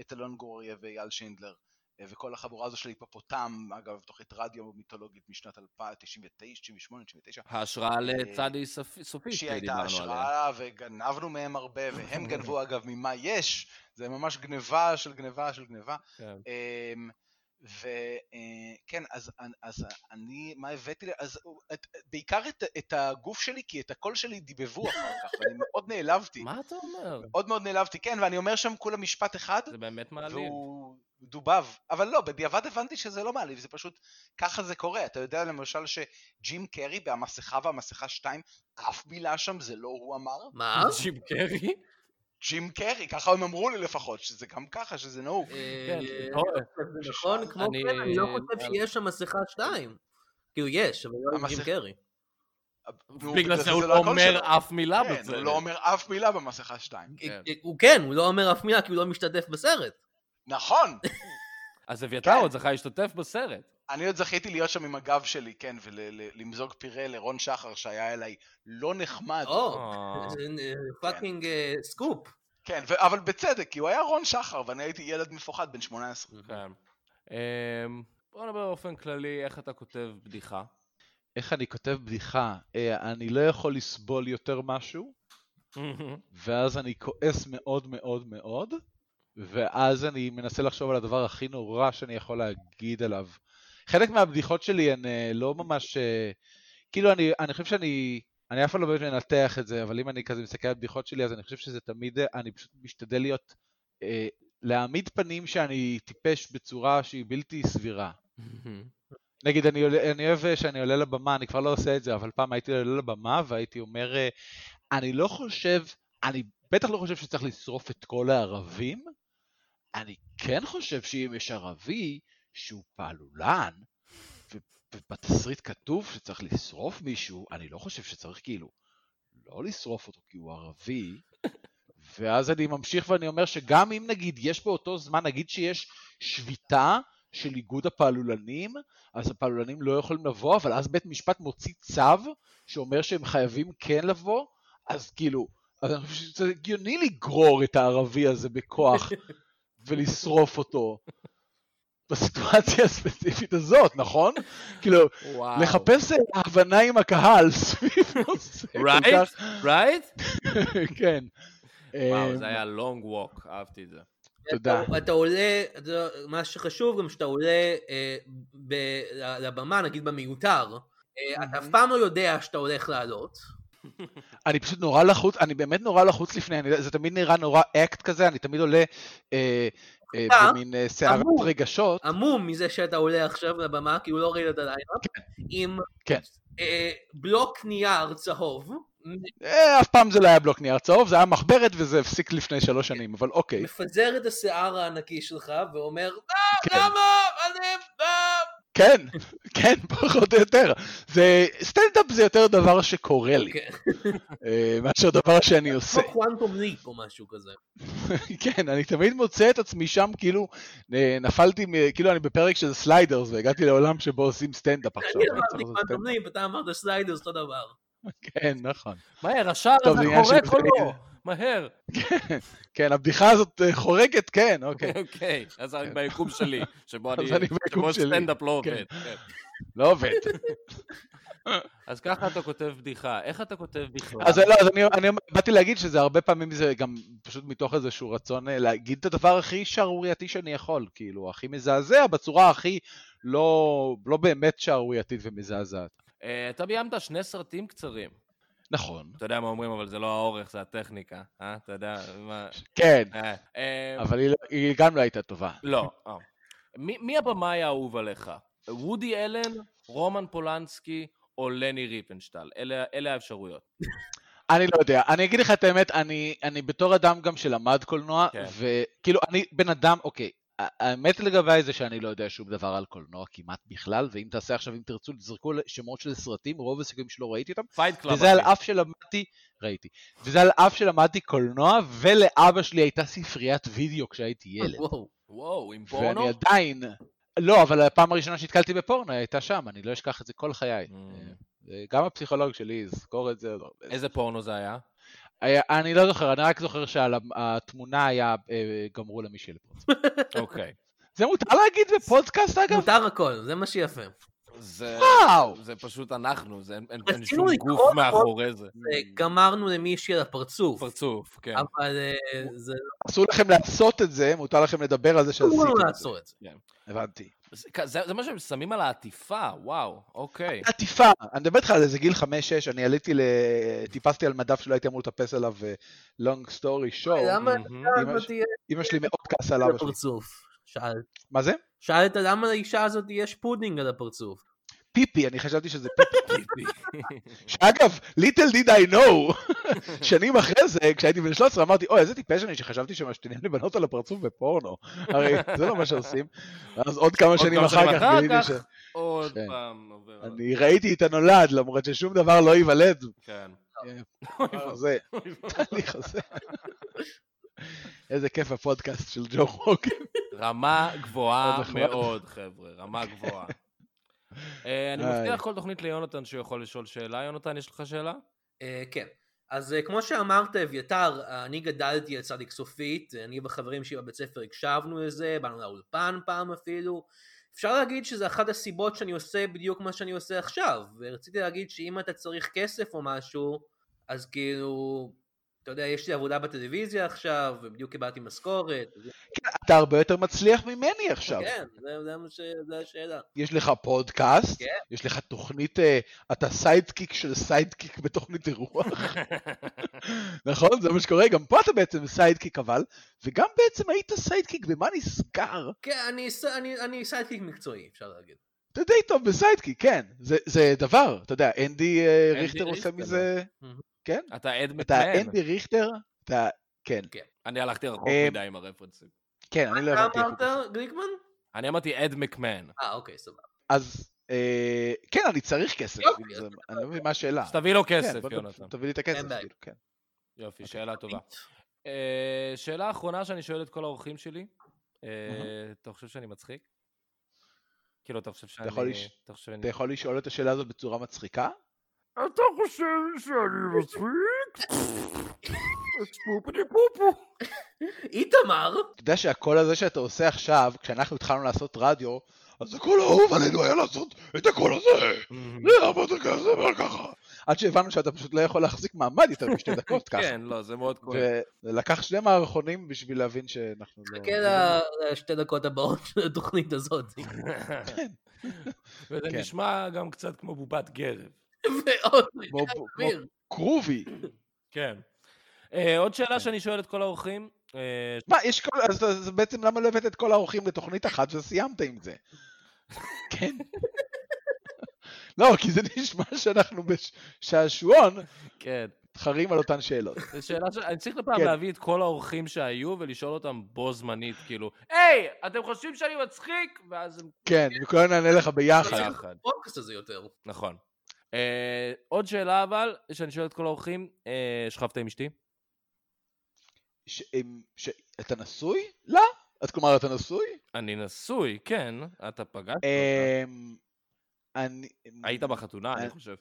[SPEAKER 4] את אלון גוריה ואייל שינדלר אה, וכל החבורה הזו של היפופוטם, אגב, תוכנית רדיו מיתולוגית משנת 1999, 98, 99,
[SPEAKER 2] ההשראה
[SPEAKER 4] אה,
[SPEAKER 2] לצדי סופי- סופית
[SPEAKER 4] שהיא הייתה
[SPEAKER 2] שדיברנו עליה.
[SPEAKER 4] השראה וגנבנו מהם הרבה,
[SPEAKER 2] *laughs*
[SPEAKER 4] והם גנבו אגב ממה יש, זה ממש גניבה של גניבה של גניבה. אמ,
[SPEAKER 2] כן.
[SPEAKER 4] וכן, כן, אז, אז אני, מה הבאתי? ל- אז את, בעיקר את, את הגוף שלי, כי את הקול שלי דיבבו אחר כך, ואני מאוד נעלבתי.
[SPEAKER 2] מה אתה אומר?
[SPEAKER 4] מאוד מאוד נעלבתי, כן, ואני אומר שם כולה משפט אחד,
[SPEAKER 2] זה באמת מעליב.
[SPEAKER 4] והוא דובב. אבל לא, בדיעבד הבנתי שזה לא מעליב, זה פשוט ככה זה קורה. אתה יודע למשל שג'ים קרי בהמסכה והמסכה 2, אף מילה שם זה לא הוא אמר?
[SPEAKER 3] *laughs* מה?
[SPEAKER 2] אה? ג'ים קרי?
[SPEAKER 4] ג'ים קרי, ככה הם אמרו לי לפחות, שזה גם ככה, שזה נהוג.
[SPEAKER 2] כן,
[SPEAKER 3] אה,
[SPEAKER 2] אוי,
[SPEAKER 3] זה נכון, כמו
[SPEAKER 2] אני- אה,
[SPEAKER 3] כן, אני לא חושב שיש שם מסכה שתיים. כאילו יש, אבל לא עם ג'ים
[SPEAKER 4] המסכה-
[SPEAKER 3] קרי.
[SPEAKER 4] נו,
[SPEAKER 2] בגלל זה הוא
[SPEAKER 4] לא
[SPEAKER 2] לא
[SPEAKER 4] הקול שלו.
[SPEAKER 2] אומר אף מילה
[SPEAKER 4] כן, הוא
[SPEAKER 2] בצדק.
[SPEAKER 4] לא אומר אף מילה במסכה 2.
[SPEAKER 2] כן.
[SPEAKER 3] אה, הוא כן, הוא לא אומר אף מילה כי הוא לא משתתף בסרט.
[SPEAKER 4] נכון!
[SPEAKER 2] אז אביתר
[SPEAKER 4] כן.
[SPEAKER 2] עוד זכה להשתתף בסרט.
[SPEAKER 4] אני עוד זכיתי להיות שם עם הגב שלי, כן, ולמזוג פירה לרון שחר שהיה אליי לא נחמד.
[SPEAKER 3] או,
[SPEAKER 2] אה.
[SPEAKER 3] פאקינג סקופ.
[SPEAKER 4] כן, ו- אבל בצדק, כי הוא היה רון שחר, ואני הייתי ילד מפוחד בן 18.
[SPEAKER 2] כן. אמ, בוא נדבר באופן כללי איך אתה כותב
[SPEAKER 4] *laughs*
[SPEAKER 2] בדיחה.
[SPEAKER 4] איך אני כותב בדיחה? אה, אני לא יכול לסבול יותר משהו, ואז אני כועס מאוד מאוד מאוד, ואז אני מנסה לחשוב על הדבר הכי נורא שאני יכול להגיד עליו. חלק מהבדיחות שלי הן אה, לא ממש... אה, כאילו, אני, אני חושב שאני... אני אף פעם לא באמת מנתח את זה, אבל אם אני כזה מסתכל על בדיחות שלי, אז אני חושב שזה תמיד... אה, אני פשוט משתדל להיות... אה, להעמיד פנים שאני טיפש בצורה שהיא בלתי סבירה. נגיד, אני, עולה- אני אוהב אה, שאני עולה לבמה, אני כבר לא עושה את זה, אבל פעם הייתי עולה לבמה והייתי אומר, אה, אני לא חושב, אני בטח לא חושב שצריך לשרוף את כל הערבים, אני כן חושב שאם יש ערבי שהוא פעלולן, ו- ובתסריט כתוב שצריך לשרוף מישהו, אני לא חושב שצריך כאילו לא לשרוף אותו כי הוא ערבי, ואז אני ממשיך ואני אומר שגם אם נגיד יש באותו זמן, נגיד שיש שביתה של איגוד הפעלולנים, אז הפעלולנים לא יכולים לבוא, אבל אז בית משפט מוציא צו שאומר שהם חייבים כן לבוא, אז כאילו, אז אני חושב שזה הגיוני לגרור את הערבי הזה
[SPEAKER 2] *laughs*
[SPEAKER 4] בכוח ולשרוף אותו. בסיטואציה הספציפית הזאת, נכון? כאילו,
[SPEAKER 2] וואו.
[SPEAKER 4] לחפש אה, הבנה עם הקהל *laughs* סביב נושא כל
[SPEAKER 2] רייט?
[SPEAKER 4] כך-
[SPEAKER 2] רייט?
[SPEAKER 4] כן.
[SPEAKER 2] *laughs* וואו,
[SPEAKER 4] אמ,
[SPEAKER 2] זה היה long walk, אהבתי את זה.
[SPEAKER 4] תודה.
[SPEAKER 3] אתה, אתה עולה, אתה, מה שחשוב גם שאתה עולה אה, ב, לבמה, נגיד במיותר, אה, אתה אף פעם לא יודע שאתה הולך לעלות.
[SPEAKER 4] אני פשוט נורא לחוץ, אני באמת נורא לחוץ לפני, אני, זה תמיד נראה נורא אקט כזה, אני תמיד עולה אה, אה,
[SPEAKER 3] אתה
[SPEAKER 4] במין אה, סערת
[SPEAKER 3] אמור.
[SPEAKER 4] רגשות.
[SPEAKER 3] המום מזה שאתה עולה עכשיו לבמה, כי הוא לא ראית את הליינאפ, עם
[SPEAKER 4] כן.
[SPEAKER 3] אה, בלוק נייר צהוב,
[SPEAKER 4] אה, אף פעם זה לא היה בלוק נייר צהוב, זה היה מחברת וזה הפסיק לפני שלוש שנים, אבל
[SPEAKER 3] לא,
[SPEAKER 4] אוקיי.
[SPEAKER 3] מפזר את השיער הענקי שלך ואומר,
[SPEAKER 4] כן.
[SPEAKER 3] "אה, למה? אני... אה,
[SPEAKER 4] כן, כן, פחות או יותר. זה, סטנדאפ זה יותר דבר שקורה לי,
[SPEAKER 3] אוקיי.
[SPEAKER 4] אה, מאשר דבר שאני עושה. *laughs*
[SPEAKER 3] כמו קוואנטום ליפ או משהו כזה.
[SPEAKER 4] כן, אני תמיד מוצא את עצמי שם, כאילו, אה, נפלתי, מ- כאילו אני בפרק של סליידרס והגעתי לעולם שבו עושים סטנדאפ עכשיו.
[SPEAKER 3] אני לא
[SPEAKER 4] אני צריך
[SPEAKER 3] אמרתי
[SPEAKER 4] לעשות
[SPEAKER 3] קוואנטום ליפ, אתה אמרת סליידר, אותו דבר.
[SPEAKER 4] סטנדאפ. כן, נכון.
[SPEAKER 2] מהר, השער
[SPEAKER 4] טוב,
[SPEAKER 2] הזה
[SPEAKER 4] זה עניין
[SPEAKER 2] חורק
[SPEAKER 4] של-
[SPEAKER 2] או לא? מהר.
[SPEAKER 4] כן, הבדיחה הזאת אה, חורקת, כן, אוקיי.
[SPEAKER 2] *laughs* אוקיי, אז אני ביקום שלי, שבו
[SPEAKER 4] אז
[SPEAKER 2] אני...
[SPEAKER 4] אני ביקום
[SPEAKER 2] שבו
[SPEAKER 4] שלי,
[SPEAKER 2] סטנדאפ לא
[SPEAKER 4] כן.
[SPEAKER 2] עובד. כן.
[SPEAKER 4] לא עובד.
[SPEAKER 2] אז ככה אתה כותב בדיחה, איך אתה כותב בכלל?
[SPEAKER 4] אז לא, אז אני, אני באתי להגיד שזה הרבה פעמים זה גם פשוט מתוך איזשהו רצון אה, להגיד את הדבר הכי שערורייתי שאני יכול, כאילו, הכי מזעזע, בצורה הכי לא, לא באמת שערורייתית ומזעזעת.
[SPEAKER 2] אה, אתה ביימת שני סרטים קצרים.
[SPEAKER 4] נכון.
[SPEAKER 2] אתה יודע מה אומרים, אבל זה לא האורך, זה הטכניקה. אה? אתה יודע מה...
[SPEAKER 4] כן,
[SPEAKER 2] אה, אה,
[SPEAKER 4] אבל היא, לא- היא גם לא הייתה טובה.
[SPEAKER 2] לא. אה. מי מי הבמאי האהוב עליך? וודי אלן, רומן פולנסקי או לני ריפנשטל? אלה- אלה האפשרויות.
[SPEAKER 4] אני לא יודע, אני אגיד לך את האמת, אני, אני בתור אדם גם שלמד קולנוע,
[SPEAKER 2] כן.
[SPEAKER 4] כן. וכאילו, אני בן אדם, אוקיי, ה- האמת לגביי זה שאני לא יודע שום דבר על קולנוע כמעט בכלל, ואם תעשה עכשיו, אם תרצו, תזרקו שמות של סרטים, רוב הסיכויים שלא ראיתי אותם,
[SPEAKER 2] פייט קלאב.
[SPEAKER 4] וזה על אף שלמדתי, ראיתי, וזה על אף שלמדתי קולנוע, ולאבא שלי הייתה ספריית וידאו כשהייתי
[SPEAKER 3] *laughs*
[SPEAKER 4] ילד.
[SPEAKER 3] וואו.
[SPEAKER 2] וואו, עם פורנו?
[SPEAKER 4] ואני עדיין... לא, אבל הפעם הראשונה שהתקלתי בפורנו הייתה שם, אני לא אשכח את זה כל חיי.
[SPEAKER 2] Mm.
[SPEAKER 4] אה, גם הפסיכולוג שלי יזכור את זה. לא,
[SPEAKER 2] איזה פורנו זה היה?
[SPEAKER 4] היה- אני לא זוכר, אני רק זוכר שהתמונה היה אה, גמרו למי שלפרוץ.
[SPEAKER 2] אוקיי.
[SPEAKER 4] זה מותר להגיד בפודקאסט אגב? Mm.
[SPEAKER 3] מותר הכל, זה מה שיפה.
[SPEAKER 2] זה...
[SPEAKER 4] וואו!
[SPEAKER 2] זה פשוט אנחנו, זה אין- אין אין
[SPEAKER 3] רצינו
[SPEAKER 2] שום
[SPEAKER 3] לקרוא
[SPEAKER 2] גוף
[SPEAKER 3] נכון.
[SPEAKER 2] מאחורי זה.
[SPEAKER 3] זה, גמרנו למישהי על הפרצוף,
[SPEAKER 2] פרצוף, כן.
[SPEAKER 3] אבל אה, זה
[SPEAKER 4] אסור לכם לעשות את זה, מותר לכם לדבר על זה
[SPEAKER 3] לא אמור
[SPEAKER 4] שעשיתם את זה.
[SPEAKER 3] לעשות את זה.
[SPEAKER 4] הבנתי.
[SPEAKER 2] זה- זה זה מה שהם שמים על העטיפה, וואו,
[SPEAKER 3] אה,
[SPEAKER 2] אוקיי.
[SPEAKER 4] עטיפה, אני מדבר איתך על איזה גיל 5-6, אני עליתי ל... טיפסתי על מדף שלא הייתי אמור לטפס עליו אה, long story show.
[SPEAKER 3] למה
[SPEAKER 2] מהמם.
[SPEAKER 4] אמא
[SPEAKER 3] האישה הזאת
[SPEAKER 4] שלי-
[SPEAKER 3] יש
[SPEAKER 4] אמא שלי מאוד כעסה על
[SPEAKER 3] על
[SPEAKER 4] אבא שלי.
[SPEAKER 3] הפרצוף? שאלת.
[SPEAKER 4] מה זה?
[SPEAKER 3] שאלת למה לאישה הזאת יש פודינג על הפרצוף.
[SPEAKER 4] פיפי, אני חשבתי שזה *laughs* פיפי. שאגב, little did I know, שנים אחרי זה, כשהייתי בן 13, אמרתי, אוי, איזה טיפש אני שחשבתי שמשתינים לבנות על הפרצוף בפורנו. הרי זה לא מה שעושים. אז עוד כמה
[SPEAKER 2] עוד
[SPEAKER 4] שנים
[SPEAKER 2] כמה
[SPEAKER 4] אחר כך גיליתי ש...
[SPEAKER 2] עוד
[SPEAKER 4] כן.
[SPEAKER 2] פעם עובר. על-
[SPEAKER 4] אני ראיתי את הנולד, למרות ששום דבר לא ייוולד.
[SPEAKER 2] כן.
[SPEAKER 4] אה,
[SPEAKER 2] אוי
[SPEAKER 4] זה,
[SPEAKER 2] ואבוי.
[SPEAKER 4] התהליך הזה. איזה כיף הפודקאסט של ג'ו רוגן.
[SPEAKER 2] רמה גבוהה
[SPEAKER 4] עוד נחמד.
[SPEAKER 2] מאוד, חבר'ה, רמה גבוהה.
[SPEAKER 4] *laughs*
[SPEAKER 2] אה, אני
[SPEAKER 4] איי.
[SPEAKER 2] מבטיח כל תוכנית ליונתן שהוא יכול לשאול שאלה. יונתן, יש לך שאלה?
[SPEAKER 3] אה, כן. אז אה, כמו שאמרת, אביתר, אה, אני גדלתי על צדיק סופית, אני וחברים שלי בבית ספר הקשבנו לזה, באנו לאולפן פעם אפילו. אפשר להגיד שזה אחת הסיבות שאני עושה בדיוק מה שאני עושה עכשיו, ורציתי להגיד שאם אתה צריך כסף או משהו, אז כאילו, אתה יודע, יש לי עבודה בטלוויזיה עכשיו, ובדיוק קיבלתי משכורת, אז
[SPEAKER 4] אתה הרבה יותר מצליח ממני עכשיו.
[SPEAKER 3] כן, זה- זה מה ש... זה השאלה.
[SPEAKER 4] יש לך פודקאסט,
[SPEAKER 3] כן.
[SPEAKER 4] יש לך תוכנית, אה, אתה סיידקיק של סיידקיק בתוכנית אירוח.
[SPEAKER 2] *laughs*
[SPEAKER 4] נכון? זה מה שקורה, גם פה אתה בעצם סיידקיק אבל, וגם בעצם היית סיידקיק במה נסגר?
[SPEAKER 3] כן, אני ס- אני- אני סיידקיק מקצועי, אפשר להגיד.
[SPEAKER 4] אתה די טוב בסיידקיק, כן, זה, זה דבר, אתה יודע, אנדי אה,
[SPEAKER 2] אנדי
[SPEAKER 4] ריכטר עושה
[SPEAKER 2] ריכטר.
[SPEAKER 4] מזה,
[SPEAKER 2] אתה עד
[SPEAKER 4] אתה
[SPEAKER 2] מתנהל.
[SPEAKER 4] אנדי ריכטר, אתה, כן,
[SPEAKER 2] אני הלכתי רחוק
[SPEAKER 4] אה,
[SPEAKER 2] מדי עם הרפרנסים.
[SPEAKER 4] כן, אני לא
[SPEAKER 3] אתה
[SPEAKER 4] הבנתי. איך הוא קשור.
[SPEAKER 3] אמרת, גליקמן?
[SPEAKER 2] אני אמרתי אד מקמן.
[SPEAKER 3] אה, אוקיי, סבבה.
[SPEAKER 4] אז אה, כן, אני צריך כסף,
[SPEAKER 3] יופי,
[SPEAKER 4] כאילו, זה- אני לא מבין מה השאלה.
[SPEAKER 2] אז תביא לו
[SPEAKER 4] כן,
[SPEAKER 2] כסף,
[SPEAKER 4] בוא ת-
[SPEAKER 2] יונתן.
[SPEAKER 4] תביא לי את הכסף,
[SPEAKER 3] כן, אין בעיה.
[SPEAKER 4] כאילו, כן.
[SPEAKER 2] יופי, שאלה טובה. אה, שאלה אחרונה שאני שואל את כל האורחים שלי. אה, אתה חושב שאני מצחיק? כאילו, אתה חושב שאני...
[SPEAKER 4] יכול לש-
[SPEAKER 2] אתה חושב
[SPEAKER 4] אתה
[SPEAKER 2] שאני...
[SPEAKER 4] יכול לשאול את השאלה הזאת בצורה מצחיקה?
[SPEAKER 2] אתה חושב שאני מצחיק? ספופני פופו.
[SPEAKER 3] איתמר?
[SPEAKER 4] אתה יודע שהקול הזה שאתה עושה עכשיו, כשאנחנו התחלנו לעשות רדיו, אז הקול האהוב עלינו היה לעשות את הקול הזה,
[SPEAKER 2] כן.
[SPEAKER 4] זה הרבה יותר כזה וככה. עד שהבנו שאתה פשוט לא יכול להחזיק מעמד יותר
[SPEAKER 2] *laughs*
[SPEAKER 4] משתי דקות ככה.
[SPEAKER 2] כן, לא, זה מאוד כואב.
[SPEAKER 4] *laughs* ולקח שני מערכונים בשביל להבין שאנחנו לא...
[SPEAKER 3] חכה ל- לשתי דקות הבאות של התוכנית הזאת.
[SPEAKER 2] וזה
[SPEAKER 4] כן.
[SPEAKER 2] נשמע גם קצת כמו בובת גרב.
[SPEAKER 3] ועוד
[SPEAKER 4] כמו- כמו
[SPEAKER 3] אוויר.
[SPEAKER 4] קרובי.
[SPEAKER 2] כן. אה, עוד
[SPEAKER 4] כן.
[SPEAKER 2] שאלה שאני שואל את כל האורחים. אה,
[SPEAKER 4] מה, יש כל... אז אז בעצם למה לא הבאת את כל האורחים לתוכנית אחת וסיימת עם זה? כן. לא, כי זה נשמע שאנחנו בשעשועון
[SPEAKER 2] כן.
[SPEAKER 4] מתחרים על אותן שאלות.
[SPEAKER 2] זו שאלה ש... אני צריך לפעם
[SPEAKER 4] כן.
[SPEAKER 2] להביא את כל האורחים שהיו ולשאול אותם בו זמנית, כאילו, היי, אתם חושבים שאני מצחיק? ואז הם
[SPEAKER 4] כן, וכולנו נענה לך ביחד.
[SPEAKER 2] ביחד.
[SPEAKER 3] הפודקאסט הזה יותר.
[SPEAKER 2] נכון. אה, עוד שאלה אבל, שאני שואל את כל האורחים, אה, שכבת עם אשתי?
[SPEAKER 4] ש- אמ, ש- אתה נשוי? לא. אז כלומר, אתה נשוי?
[SPEAKER 2] אני נשוי, כן, אתה פגשת אותה.
[SPEAKER 4] אמ, אני...
[SPEAKER 2] היית בחתונה, אני
[SPEAKER 4] אה,
[SPEAKER 2] חושב.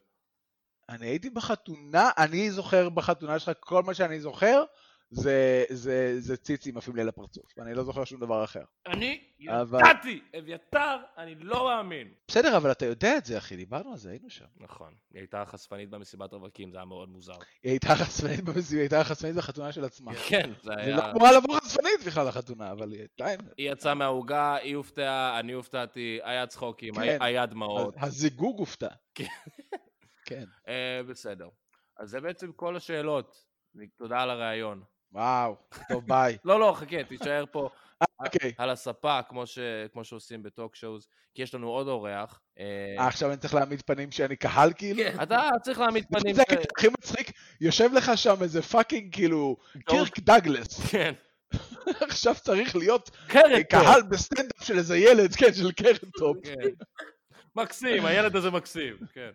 [SPEAKER 4] אני הייתי בחתונה, אני זוכר בחתונה שלך, כל מה שאני זוכר זה- זה זה ציצים עפים לי על הפרצוף, ואני לא זוכר שום דבר אחר.
[SPEAKER 2] אני
[SPEAKER 4] אבל-
[SPEAKER 2] ידעתי, אביתר, אני לא מאמין.
[SPEAKER 4] בסדר, אבל אתה יודע את זה, אחי, דיברנו על זה, היינו שם.
[SPEAKER 2] נכון, היא הייתה חשפנית במסיבת רווקים, זה היה מאוד מוזר.
[SPEAKER 4] היא הייתה חשפנית במסיבה, היא הייתה חשפנית בחתונה של עצמה.
[SPEAKER 2] כן, זה
[SPEAKER 4] היא
[SPEAKER 2] היה...
[SPEAKER 4] לא אמורה לבוא חשפנית בכלל לחתונה, אבל היא הייתה...
[SPEAKER 2] היא יצאה מהעוגה, היא הופתעה, אני הופתעתי, היה צחוקים,
[SPEAKER 4] כן.
[SPEAKER 2] היה- היה דמעות.
[SPEAKER 4] הזיגוג הופתע.
[SPEAKER 2] כן.
[SPEAKER 4] כן.
[SPEAKER 2] אה, בסדר. אז זה בעצם כל השאלות. תודה על הראיון.
[SPEAKER 4] וואו, טוב ביי.
[SPEAKER 2] לא, לא, חכה, תישאר פה *laughs*
[SPEAKER 4] אוקיי.
[SPEAKER 2] על הספה, כמו, ש... כמו שעושים בטוק שואוז, כי יש לנו עוד אורח. אה,
[SPEAKER 4] אה, עכשיו אני צריך להעמיד פנים שאני קהל כאילו?
[SPEAKER 3] כן.
[SPEAKER 2] אתה צריך
[SPEAKER 4] *laughs*
[SPEAKER 2] להעמיד פנים...
[SPEAKER 4] זה
[SPEAKER 2] ש-
[SPEAKER 4] הקטע הכי מצחיק, יושב לך שם איזה פאקינג כאילו
[SPEAKER 2] ג'ורג'-
[SPEAKER 4] קירק דגלס,
[SPEAKER 2] *laughs* כן.
[SPEAKER 4] *laughs* עכשיו צריך להיות
[SPEAKER 2] קרטו.
[SPEAKER 4] אה, קהל בסטנדאפ של איזה ילד, כן, של קרנטופ.
[SPEAKER 2] כן. מקסים, הילד הזה מקסים,
[SPEAKER 4] *laughs*
[SPEAKER 2] כן.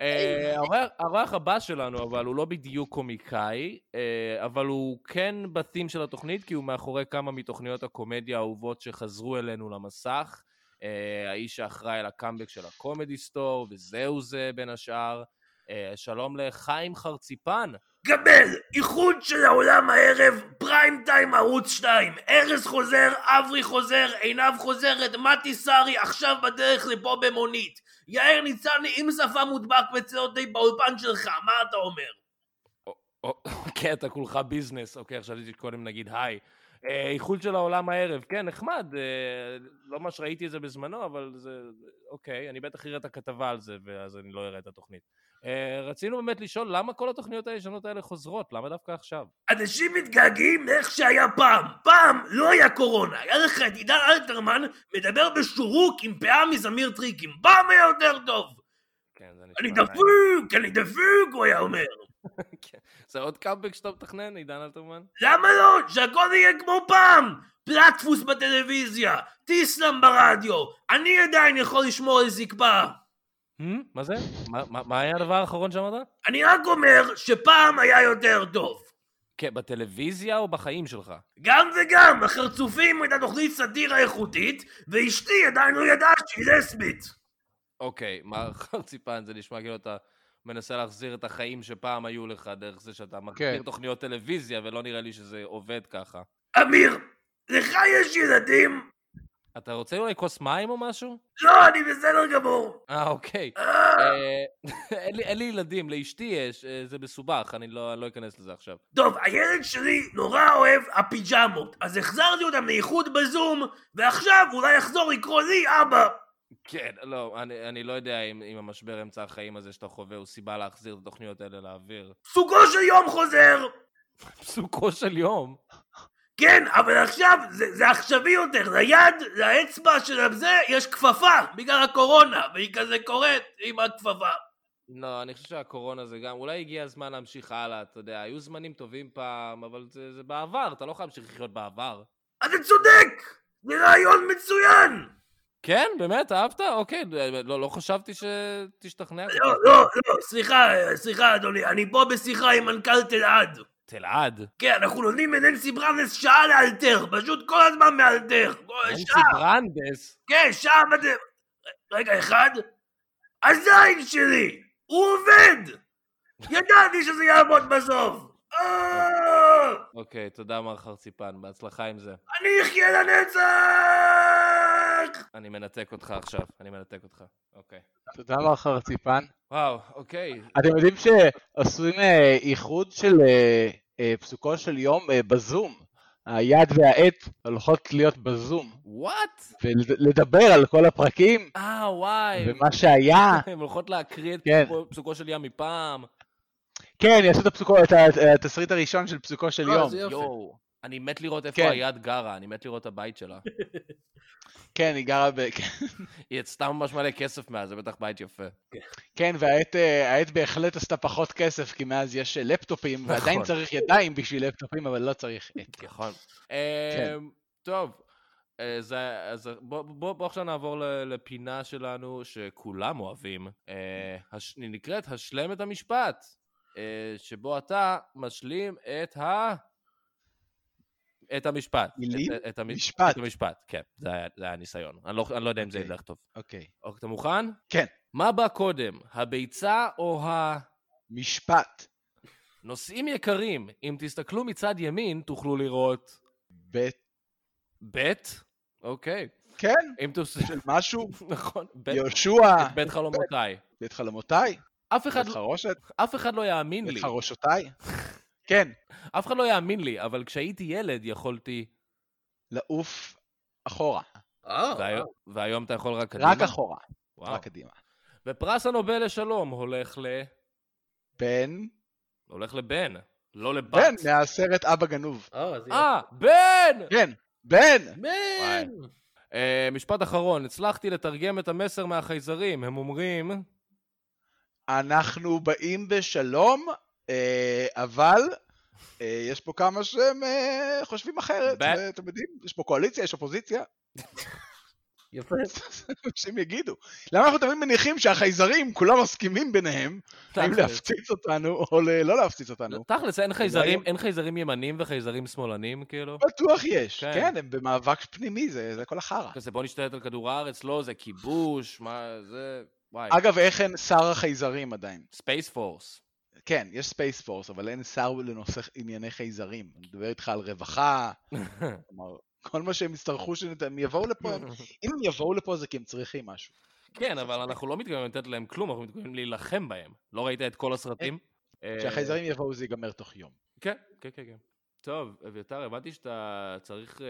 [SPEAKER 2] אה, האורח- האורח הבא שלנו, אבל הוא לא בדיוק קומיקאי, אה, אבל הוא כן בתים של התוכנית, כי הוא מאחורי כמה מתוכניות הקומדיה האהובות שחזרו אלינו למסך. אה, האיש שאחראי על הקאמבק של הקומדי סטור, וזהו זה בין השאר. אה, שלום לחיים חרציפן.
[SPEAKER 3] קבל איחוד של העולם הערב, פריים טיים ערוץ 2, ארז חוזר, אברי חוזר, עינב חוזרת, מתי סרי עכשיו בדרך לפה במונית, יאיר ניצני עם שפה מודבק בצלוטי באולפן שלך, מה אתה אומר?
[SPEAKER 2] או- כן, אתה כולך ביזנס. אוקיי, עכשיו קודם נגיד היי. אה, איחוד של העולם הערב, כן, נחמד. אה, לא ממש ראיתי את זה בזמנו, אבל זה... אוקיי, אני בטח אראה את הכתבה על זה, ואז אני לא אראה את התוכנית. אה, רצינו באמת לשאול, למה כל התוכניות הישנות האלה חוזרות? למה דווקא עכשיו?
[SPEAKER 3] אנשים מתגעגעים לאיך שהיה פעם. פעם לא היה קורונה. היה לך את עידן אלתרמן מדבר בשורוק עם פאה מזמיר טריקים. פעם היה יותר טוב.
[SPEAKER 2] כן, זה
[SPEAKER 3] אני
[SPEAKER 2] נשמע... עדיין-
[SPEAKER 3] דפוק, אני דפוק, הוא היה אומר.
[SPEAKER 2] כן. זה עוד קאמבק שאתה מתכנן, עידן אלתרמן?
[SPEAKER 3] למה לא? שהכל יהיה כמו פעם! פלטפוס בטלוויזיה, טיסלאם ברדיו, אני עדיין יכול לשמור על זקפה.
[SPEAKER 2] Hmm? מה זה? מה- מה- מה היה הדבר האחרון שאמרת?
[SPEAKER 3] אני רק אומר שפעם היה יותר טוב.
[SPEAKER 2] כן, בטלוויזיה או בחיים שלך?
[SPEAKER 3] גם וגם, החרצופים הייתה תוכנית סאטירה איכותית, ואשתי עדיין לא ידעה שהיא לסבית.
[SPEAKER 2] אוקיי, *laughs* מר חרציפן, זה נשמע כאילו אתה מנסה להחזיר את החיים שפעם היו לך דרך זה שאתה מכיר
[SPEAKER 4] כן.
[SPEAKER 2] תוכניות טלוויזיה, ולא נראה לי שזה עובד ככה.
[SPEAKER 3] אמיר, לך יש ילדים?
[SPEAKER 2] אתה רוצה אולי כוס מים או משהו?
[SPEAKER 3] לא, אני בסדר גמור.
[SPEAKER 2] אה, אוקיי.
[SPEAKER 3] אה,
[SPEAKER 2] אה, *laughs* אין לי- אין לי ילדים, לאשתי יש, אה, זה מסובך, אני לא אני לא אכנס לזה עכשיו.
[SPEAKER 3] טוב, הילד שלי נורא אוהב הפיג'מות, אז החזרתי אותם לאיחוד בזום, ועכשיו אולי יחזור לקרוא לי אבא.
[SPEAKER 2] כן, לא, אני אני לא יודע אם אם המשבר אמצע החיים הזה שאתה חווה הוא סיבה להחזיר את התוכניות האלה לאוויר. *laughs*
[SPEAKER 3] סוגו של יום חוזר.
[SPEAKER 2] פסוקו של יום.
[SPEAKER 3] כן, אבל עכשיו זה, זה עכשווי יותר, ליד, לאצבע של זה, יש כפפה, בגלל הקורונה, והיא כזה קורית עם הכפפה.
[SPEAKER 2] לא, אני חושב שהקורונה זה גם, אולי הגיע הזמן להמשיך הלאה, אתה יודע, היו זמנים טובים פעם, אבל זה, זה בעבר, אתה לא יכול להמשיך לחיות בעבר.
[SPEAKER 3] אתה צודק! זה רעיון מצוין!
[SPEAKER 2] כן, באמת, אהבת? אוקיי, לא, לא חשבתי שתשתכנע.
[SPEAKER 3] לא, לא, לא, סליחה, אה, סליחה אדוני, אני פה בשיחה עם מנכ"ל תלעד.
[SPEAKER 2] תלעד.
[SPEAKER 3] כן, אנחנו נותנים לננסי ברנס שעה לאלתר, פשוט כל הזמן מאלתר.
[SPEAKER 2] ננסי
[SPEAKER 3] שעה,
[SPEAKER 2] ברנדס.
[SPEAKER 3] כן, שעה בד... רגע, אחד? הזין שלי! הוא עובד! ידעתי שזה יעבוד בסוף! אה,
[SPEAKER 2] אוקיי, תודה מר חרציפן, בהצלחה עם זה.
[SPEAKER 3] אני אחיה לנצח!
[SPEAKER 2] אני מנתק אותך עכשיו, אני מנתק אותך. אוקיי.
[SPEAKER 4] תודה מר חרציפן.
[SPEAKER 2] וואו, אוקיי.
[SPEAKER 4] אתם יודעים שעושים אה, איחוד של אה, אה, פסוקו של יום אה, בזום. היד והעט הולכות להיות בזום,
[SPEAKER 2] וואט?
[SPEAKER 4] ולדבר על כל הפרקים,
[SPEAKER 2] אה, וואי.
[SPEAKER 4] ומה שהיה,
[SPEAKER 2] הן הולכות להקריא את
[SPEAKER 4] כן.
[SPEAKER 2] פסוקו- פסוקו של ים מפעם.
[SPEAKER 4] כן, יעשו את הפסוקו, את ה- התסריט הראשון של פסוקו של
[SPEAKER 3] אה,
[SPEAKER 4] יום.
[SPEAKER 3] זה יופי.
[SPEAKER 2] יואו. אני מת לראות איפה
[SPEAKER 4] כן.
[SPEAKER 2] היד גרה, אני מת לראות את הבית שלה.
[SPEAKER 4] כן, היא גרה ב...
[SPEAKER 2] היא הצטעה ממש מלא כסף מאז, זה בטח בית יפה.
[SPEAKER 4] כן, והעת אה, העת בהחלט עשתה פחות כסף, כי מאז יש אה, לפטופים, ועדיין
[SPEAKER 2] נכון.
[SPEAKER 4] צריך ידיים בשביל לפטופים, אבל לא צריך עט.
[SPEAKER 2] נכון.
[SPEAKER 4] כן.
[SPEAKER 2] אמ, טוב, אה, זה- אז בוא- בוא בוא עכשיו נעבור ל- לפינה שלנו שכולם אוהבים. אה, הש- היא נקראת השלם את המשפט, אה, שבו אתה משלים את ה... את המשפט.
[SPEAKER 4] מילים?
[SPEAKER 2] את- את המ-
[SPEAKER 4] משפט.
[SPEAKER 2] את המשפט, כן, זה היה- זה היה ניסיון. אני לא- אני לא יודע אם זה
[SPEAKER 4] אוקיי.
[SPEAKER 2] ילך טוב.
[SPEAKER 4] אוקיי.
[SPEAKER 2] אוקיי, אתה מוכן?
[SPEAKER 4] כן.
[SPEAKER 2] מה בא קודם, הביצה או ה...
[SPEAKER 4] משפט.
[SPEAKER 2] נושאים יקרים, אם תסתכלו מצד ימין, תוכלו לראות
[SPEAKER 4] בית.
[SPEAKER 2] בית, אוקיי.
[SPEAKER 4] כן,
[SPEAKER 2] אם תוס... *laughs*
[SPEAKER 4] של משהו.
[SPEAKER 2] נכון, בית,
[SPEAKER 4] יהושע.
[SPEAKER 2] בית חלומותיי.
[SPEAKER 4] בית חלומותיי.
[SPEAKER 2] אף אחד, לא,
[SPEAKER 4] בית חרושת.
[SPEAKER 2] אף אחד לא יאמין
[SPEAKER 4] בית
[SPEAKER 2] לי,
[SPEAKER 4] חרושותיי. כן,
[SPEAKER 2] אף אחד לא יאמין לי, אבל כשהייתי ילד יכולתי,
[SPEAKER 4] לעוף אחורה.
[SPEAKER 2] והיום- והיום אתה יכול רק קדימה?
[SPEAKER 4] אה, רק אחורה.
[SPEAKER 2] וואו.
[SPEAKER 4] רק קדימה.
[SPEAKER 2] ופרס הנובל לשלום הולך ל...
[SPEAKER 4] בן.
[SPEAKER 2] הולך לבן, לא לבת.
[SPEAKER 4] בן מהסרט אבא גנוב.
[SPEAKER 3] אה, זה
[SPEAKER 2] אה, בן!
[SPEAKER 4] כן, בן!
[SPEAKER 2] וואי. אה, משפט אחרון, הצלחתי לתרגם את המסר מהחייזרים, הם אומרים...
[SPEAKER 4] אנחנו באים בשלום, אה, אבל אה, יש פה כמה שהם אה, חושבים אחרת,
[SPEAKER 2] ב-
[SPEAKER 4] ואתם יודעים, יש פה קואליציה, יש אופוזיציה, *laughs*
[SPEAKER 3] יפה.
[SPEAKER 4] אנשים יגידו. למה אנחנו תמיד מניחים שהחייזרים כולם מסכימים ביניהם, האם
[SPEAKER 2] תכלס.
[SPEAKER 4] להפציץ אותנו או ל- לא להפציץ אותנו?
[SPEAKER 2] תכלס, אין חייזרים,
[SPEAKER 4] היום-
[SPEAKER 2] אין חייזרים ימנים וחייזרים שמאלנים, כאילו?
[SPEAKER 4] בטוח יש,
[SPEAKER 2] כן.
[SPEAKER 4] כן, הם במאבק פנימי, זה זה כל החרא.
[SPEAKER 2] כזה בוא נשתלט על כדור הארץ, לא, זה כיבוש, מה, זה... וואי.
[SPEAKER 4] אגב, איך אין שר החייזרים עדיין?
[SPEAKER 2] ספייס פורס.
[SPEAKER 4] כן, יש ספייס פורס, אבל אין שר לנושא ענייני חייזרים. אני מדבר איתך על רווחה, כלומר, כל מה שהם יצטרכו שנת- הם יבואו לפה,
[SPEAKER 2] *laughs*
[SPEAKER 4] הם- אם הם יבואו לפה זה כי הם צריכים משהו.
[SPEAKER 2] כן, אבל אנחנו לא מתכוונים לתת להם כלום, אנחנו מתכוונים להילחם בהם. לא ראית את כל הסרטים? אה,
[SPEAKER 4] כשהחייזרים יבואו זה ייגמר תוך יום.
[SPEAKER 2] כן, כן, כן. כן. טוב, אביתר, הבנתי שאתה צריך... אה,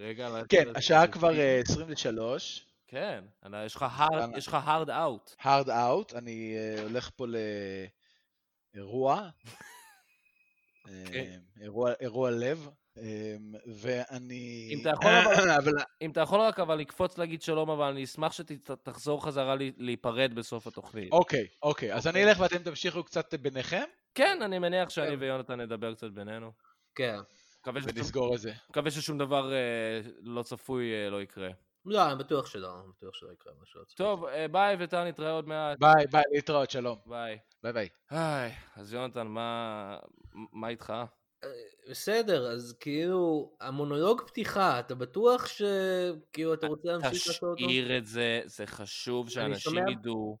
[SPEAKER 2] רגע... לתת-
[SPEAKER 4] כן, השעה כבר אה, 23,
[SPEAKER 2] כן, אני- יש לך hard- יש לך hard out.
[SPEAKER 4] hard out, אני אה, הולך פה לאירוע, אה,
[SPEAKER 2] אוקיי.
[SPEAKER 4] אירוע- אירוע לב, אה, ואני...
[SPEAKER 2] אם אתה יכול, אבל-
[SPEAKER 4] *coughs* אבל
[SPEAKER 2] אם אתה יכול רק אבל לקפוץ להגיד שלום, אבל אני אשמח שתחזור חזרה לי- להיפרד בסוף התוכנית.
[SPEAKER 4] אוקיי, אוקיי, אז אני אלך ואתם תמשיכו קצת ביניכם,
[SPEAKER 2] כן, אני מניח שאני ויונתן נדבר קצת בינינו.
[SPEAKER 3] כן.
[SPEAKER 2] מקווה ששום-
[SPEAKER 4] ונסגור את זה.
[SPEAKER 2] מקווה ששום דבר אה, לא צפוי אה, לא יקרה.
[SPEAKER 3] לא, אני בטוח שלא, אני בטוח שלא יקרה משהו.
[SPEAKER 2] טוב, אה, ביי, אביתר, נתראה עוד מעט.
[SPEAKER 4] ביי, ביי, להתראות, שלום.
[SPEAKER 2] ביי.
[SPEAKER 4] ביי ביי.
[SPEAKER 2] היי, אז יונתן, מה מה איתך?
[SPEAKER 3] בסדר, אז כאילו, המונולוג פתיחה, אתה בטוח שכאילו אתה רוצה להמשיך לעשות אותו?
[SPEAKER 2] תשאיר את זה, זה חשוב שאנשים
[SPEAKER 3] שומע.
[SPEAKER 2] ידעו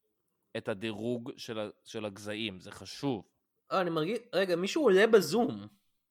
[SPEAKER 2] את הדירוג של ה- של הגזעים, זה חשוב.
[SPEAKER 3] אה, אני מרגיש, רגע, מישהו עולה בזום.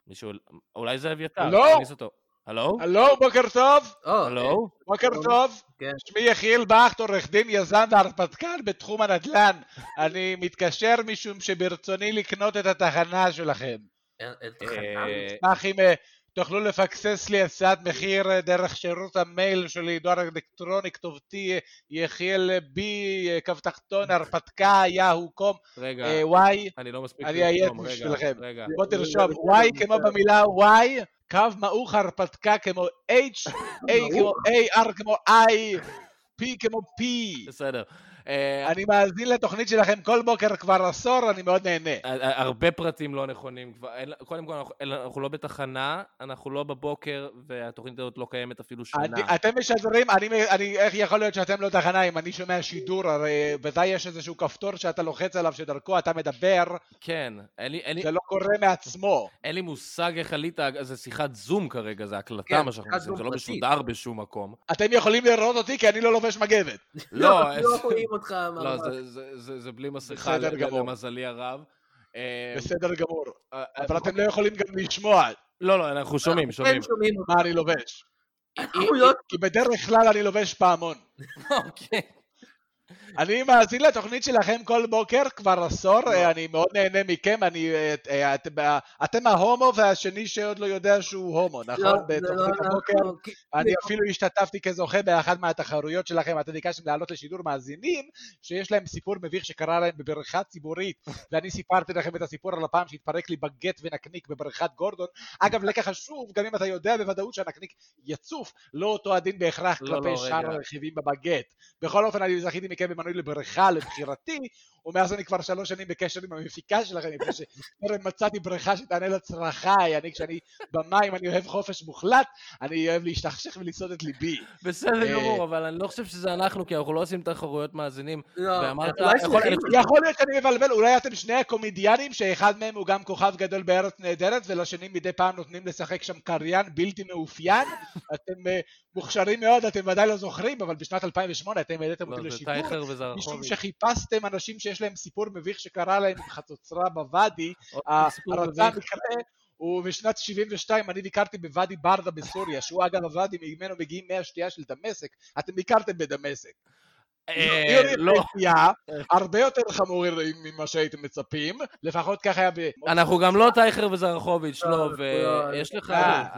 [SPEAKER 2] מישהו, אולי זה אביתר,
[SPEAKER 4] לא!
[SPEAKER 2] תכניס אותו. הלו?
[SPEAKER 4] הלו, בוקר טוב.
[SPEAKER 3] או,
[SPEAKER 2] הלו?
[SPEAKER 4] בוקר טוב.
[SPEAKER 3] כן.
[SPEAKER 4] שמי יחיאל בכט, עורך דין יזם והרפתקן בתחום הנדל"ן. אני מתקשר משום שברצוני לקנות את התחנה שלכם.
[SPEAKER 3] אין- אין תחנה.
[SPEAKER 2] אה,
[SPEAKER 4] אשמח אם אה, תוכלו לפקסס לי הצעת מחיר אה, דרך שירות המייל שלי, דואר אלקטרוני, כתובתי אה, יחיאל אה, בי, אה, קו תחתון, הרפתקה, יהו קום,
[SPEAKER 2] רגע,
[SPEAKER 4] אה, וואי,
[SPEAKER 2] אני לא מספיק...
[SPEAKER 4] אני
[SPEAKER 2] לרשום,
[SPEAKER 4] עייף
[SPEAKER 2] רגע,
[SPEAKER 4] בשבילכם.
[SPEAKER 2] רגע.
[SPEAKER 4] בוא תרשום, וואי כמו במילה וואי, קו מעוך הרפתקה כמו H, A כמו A, R כמו I, P כמו P.
[SPEAKER 2] בסדר. אה,
[SPEAKER 4] אני מאזין לתוכנית שלכם כל בוקר כבר עשור, אני מאוד נהנה.
[SPEAKER 2] ה- ה- אה, הרבה פרטים לא נכונים כבר. אין- קודם כל, אנחנו- אין- אנחנו לא בתחנה, אנחנו לא בבוקר, והתוכנית הזאת לא קיימת אפילו שנה.
[SPEAKER 4] אני- אתם משדרים, אני, אני, איך יכול להיות שאתם לא תחנה אם אני שומע שידור, הרי ודאי יש איזשהו כפתור שאתה לוחץ עליו שדרכו אתה מדבר,
[SPEAKER 2] כן, אין לי- אין לי-
[SPEAKER 4] זה לא קורה מעצמו.
[SPEAKER 2] אין לי מושג איך עלית, זה שיחת זום כרגע, זה הקלטה
[SPEAKER 3] כן,
[SPEAKER 2] מה שאנחנו
[SPEAKER 3] שיחת
[SPEAKER 2] עושים, זה
[SPEAKER 3] זום
[SPEAKER 2] לא
[SPEAKER 3] פרטית.
[SPEAKER 2] משודר בשום מקום.
[SPEAKER 4] אתם יכולים לראות אותי כי אני לא לובש מגבת.
[SPEAKER 2] לא,
[SPEAKER 3] לא
[SPEAKER 2] אז-
[SPEAKER 3] רואים אותך.
[SPEAKER 2] לא,
[SPEAKER 3] מהמרחק.
[SPEAKER 2] זה- זה- זה- זה בלי מסכה,
[SPEAKER 4] בסדר
[SPEAKER 2] ל-
[SPEAKER 4] גמור.
[SPEAKER 2] למזלי הרב. אה,
[SPEAKER 3] כן.
[SPEAKER 4] בסדר גמור.
[SPEAKER 2] אה,
[SPEAKER 4] אבל אתם לא יכולים גם לשמוע
[SPEAKER 2] לא, לא, אנחנו שומעים, שומעים.
[SPEAKER 3] כן שומעים אותך.
[SPEAKER 4] מה אני לובש.
[SPEAKER 3] אנחנו לא
[SPEAKER 4] כי בדרך כלל אני לובש
[SPEAKER 3] *laughs*
[SPEAKER 4] פעמון.
[SPEAKER 2] אוקיי.
[SPEAKER 4] אני מאזין לתוכנית שלכם כל בוקר כבר עשור,
[SPEAKER 3] לא.
[SPEAKER 4] אה, אני מאוד נהנה מכם, אני, אה, אה, אתם- אה, אתם ההומו והשני שעוד לא יודע שהוא הומו,
[SPEAKER 3] לא,
[SPEAKER 4] נכון?
[SPEAKER 3] זה לא
[SPEAKER 4] בתוכנית הבוקר.
[SPEAKER 3] אנחנו, כי-
[SPEAKER 4] אני אפילו השתתפתי כזוכה באחת מהתחרויות שלכם, אתם ביקשתם להעלות לשידור מאזינים שיש להם סיפור מביך שקרה להם בבריכה ציבורית, ואני סיפרתי לכם את הסיפור על הפעם שהתפרק לי בגט ונקניק בבריכת גורדון. אגב, לקח חשוב, גם אם אתה יודע בוודאות שהנקניק יצוף, לא אותו הדין בהכרח
[SPEAKER 2] לא,
[SPEAKER 4] כלפי
[SPEAKER 2] לא,
[SPEAKER 4] שאר
[SPEAKER 2] רגע.
[SPEAKER 4] הרכיבים בבגט. בכל אופן, אני זכיתי מכם במנוי לבריכה לבחירתי, ומאז אני כבר שלוש שנים בקשר עם המפיקה שלכם, מפני שטרם מצאתי בריכה שתענה לצרכיי, אני כשאני במים אני אוהב חופש מוחלט, אני אוהב להשתכשך ולסעוד את ליבי.
[SPEAKER 2] בסדר
[SPEAKER 4] אה,
[SPEAKER 2] גמור, אבל אני לא חושב שזה אנחנו, כי אנחנו לא עושים תחרויות מאזינים.
[SPEAKER 3] לא,
[SPEAKER 2] ואמרת,
[SPEAKER 3] אולי
[SPEAKER 2] יכול-
[SPEAKER 3] שלכם-
[SPEAKER 4] יכול להיות שאני מבלבל, אולי אתם שני הקומדיאנים שאחד מהם הוא גם כוכב גדול בארץ נהדרת ולשני מדי פעם נותנים לשחק שם קריין בלתי מאופיין. אתם אה, מוכשרים מאוד, אתם ודאי לא זוכרים, אבל בשנת 2008 אתם העליתם
[SPEAKER 2] לא,
[SPEAKER 4] אותי
[SPEAKER 2] זה
[SPEAKER 4] לשידור.
[SPEAKER 2] טייכר
[SPEAKER 4] משום
[SPEAKER 2] וזרחוביץ'.
[SPEAKER 4] שחיפשתם אנשים שיש להם סיפור מביך שקרה להם עם חצוצרה בוואדי, אה,
[SPEAKER 2] עוד סיפור מביך.
[SPEAKER 4] הרצה המקרה הוא בשנת 72, אני ביקרתי בוואדי ברדה בסוריה, שהוא אגב הוואדי, ממנו מגיעים מי השתייה של דמשק, אתם ביקרתם בדמשק.
[SPEAKER 2] אה,
[SPEAKER 4] עיר
[SPEAKER 2] לא,
[SPEAKER 4] יפהפייה, הרבה יותר חמור ממה שהייתם מצפים, לפחות ככה היה ב...
[SPEAKER 2] אנחנו גם לא טייכר וזרחוביץ', לא,
[SPEAKER 3] אוקיי. לא,
[SPEAKER 2] ויש לך
[SPEAKER 4] אה,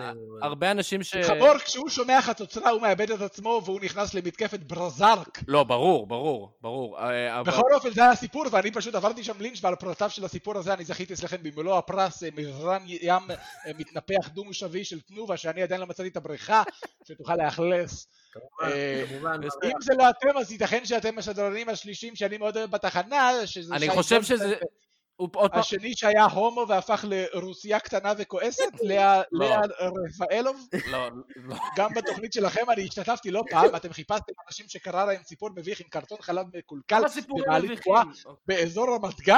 [SPEAKER 2] הרבה אנשים ש...
[SPEAKER 4] חמור, כשהוא שומע חצוצרה הוא מאבד את עצמו והוא נכנס למתקפת ברזרק.
[SPEAKER 2] לא, ברור, ברור, ברור. אה, אבל-
[SPEAKER 4] בכל אופן זה היה הסיפור ואני פשוט עברתי שם לינץ' ועל פרטיו של הסיפור הזה אני זכיתי אצלכם במלוא הפרס אה, מזרן ים אה, מתנפח דו מושבי של תנובה שאני עדיין לא מצאתי את הבריכה *laughs* שתוכל לאכלס.
[SPEAKER 3] כמובן,
[SPEAKER 4] אה,
[SPEAKER 3] כמובן, אוקיי.
[SPEAKER 2] בסדר.
[SPEAKER 3] אבל-
[SPEAKER 4] אם זה לא אתם אז ייתכן שאתם השדרנים השלישים שאני מאוד אוהב בתחנה שזה
[SPEAKER 2] אני
[SPEAKER 4] שי
[SPEAKER 2] חושב
[SPEAKER 4] גולדברג,
[SPEAKER 2] שזה... הוא עוד פעם...
[SPEAKER 4] השני שהיה הומו והפך לרוסיה קטנה
[SPEAKER 2] *laughs*
[SPEAKER 4] וכועסת, לאה
[SPEAKER 2] לא.
[SPEAKER 4] לאה רפאלוב,
[SPEAKER 2] לא, לא.
[SPEAKER 4] גם בתוכנית שלכם אני השתתפתי לא פעם, אתם חיפשתם אנשים שקרה להם סיפור מביך עם קרטון חלב
[SPEAKER 2] *laughs*
[SPEAKER 4] מקולקל
[SPEAKER 2] כמה סיפורים
[SPEAKER 4] במעלית
[SPEAKER 2] מביכים.
[SPEAKER 4] גבוהה באזור רמת גן.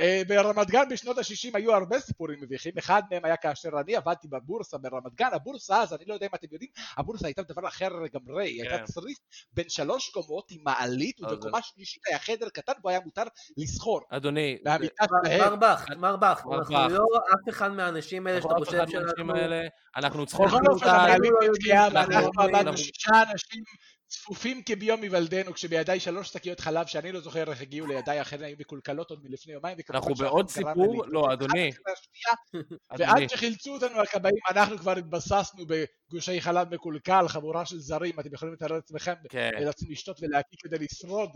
[SPEAKER 4] אה, ברמת גן בשנות ה-60 היו הרבה סיפורים מביכים, אחד מהם היה כאשר אני עבדתי בבורסה ברמת גן, הבורסה אז, אני לא יודע אם אתם יודעים, הבורסה הייתה דבר אחר לגמרי, היא
[SPEAKER 2] כן.
[SPEAKER 4] הייתה צריף בין שלוש קומות עם מעלית,
[SPEAKER 2] אז-
[SPEAKER 4] ובקומה שלישית היה חדר קטן בו היה מותר לסחור.
[SPEAKER 2] אדוני,
[SPEAKER 4] והמיטה שלהם
[SPEAKER 3] מר בכט, מר בכט,
[SPEAKER 2] אה, מר
[SPEAKER 3] אנחנו
[SPEAKER 2] בכט.
[SPEAKER 3] לא אף אחד מהאנשים האלה שאתה
[SPEAKER 2] אנחנו לא אף
[SPEAKER 3] חושב
[SPEAKER 2] אחד
[SPEAKER 3] שאנחנו...
[SPEAKER 2] מהאנשים האלה, אנחנו צחוק
[SPEAKER 4] בכל אופן, המעלית נתקעה,
[SPEAKER 2] אנחנו
[SPEAKER 4] ואנחנו
[SPEAKER 2] אומרים-
[SPEAKER 4] עבדנו
[SPEAKER 2] אנחנו-
[SPEAKER 4] שישה אנשים צפופים כביום היוולדנו, כשבידיי שלוש שקיות חלב, שאני לא זוכר איך הגיעו לידיי, אכן היו מקולקלות עוד מלפני יומיים, וכמובן
[SPEAKER 2] אנחנו
[SPEAKER 4] שאכן
[SPEAKER 2] בעוד
[SPEAKER 4] גרמנו
[SPEAKER 2] סיפור?
[SPEAKER 4] להתמוטט
[SPEAKER 2] לא,
[SPEAKER 4] אחת
[SPEAKER 2] אדוני.
[SPEAKER 4] אחרי השנייה,
[SPEAKER 2] אדוני,
[SPEAKER 4] ועד שחילצו אותנו הכבאים, אנחנו כבר התבססנו בגושי חלב מקולקל, חבורה של זרים, אתם יכולים לתאר לעצמכם,
[SPEAKER 2] כן.
[SPEAKER 4] נאלצים לשתות ולהקיא כדי לשרוד.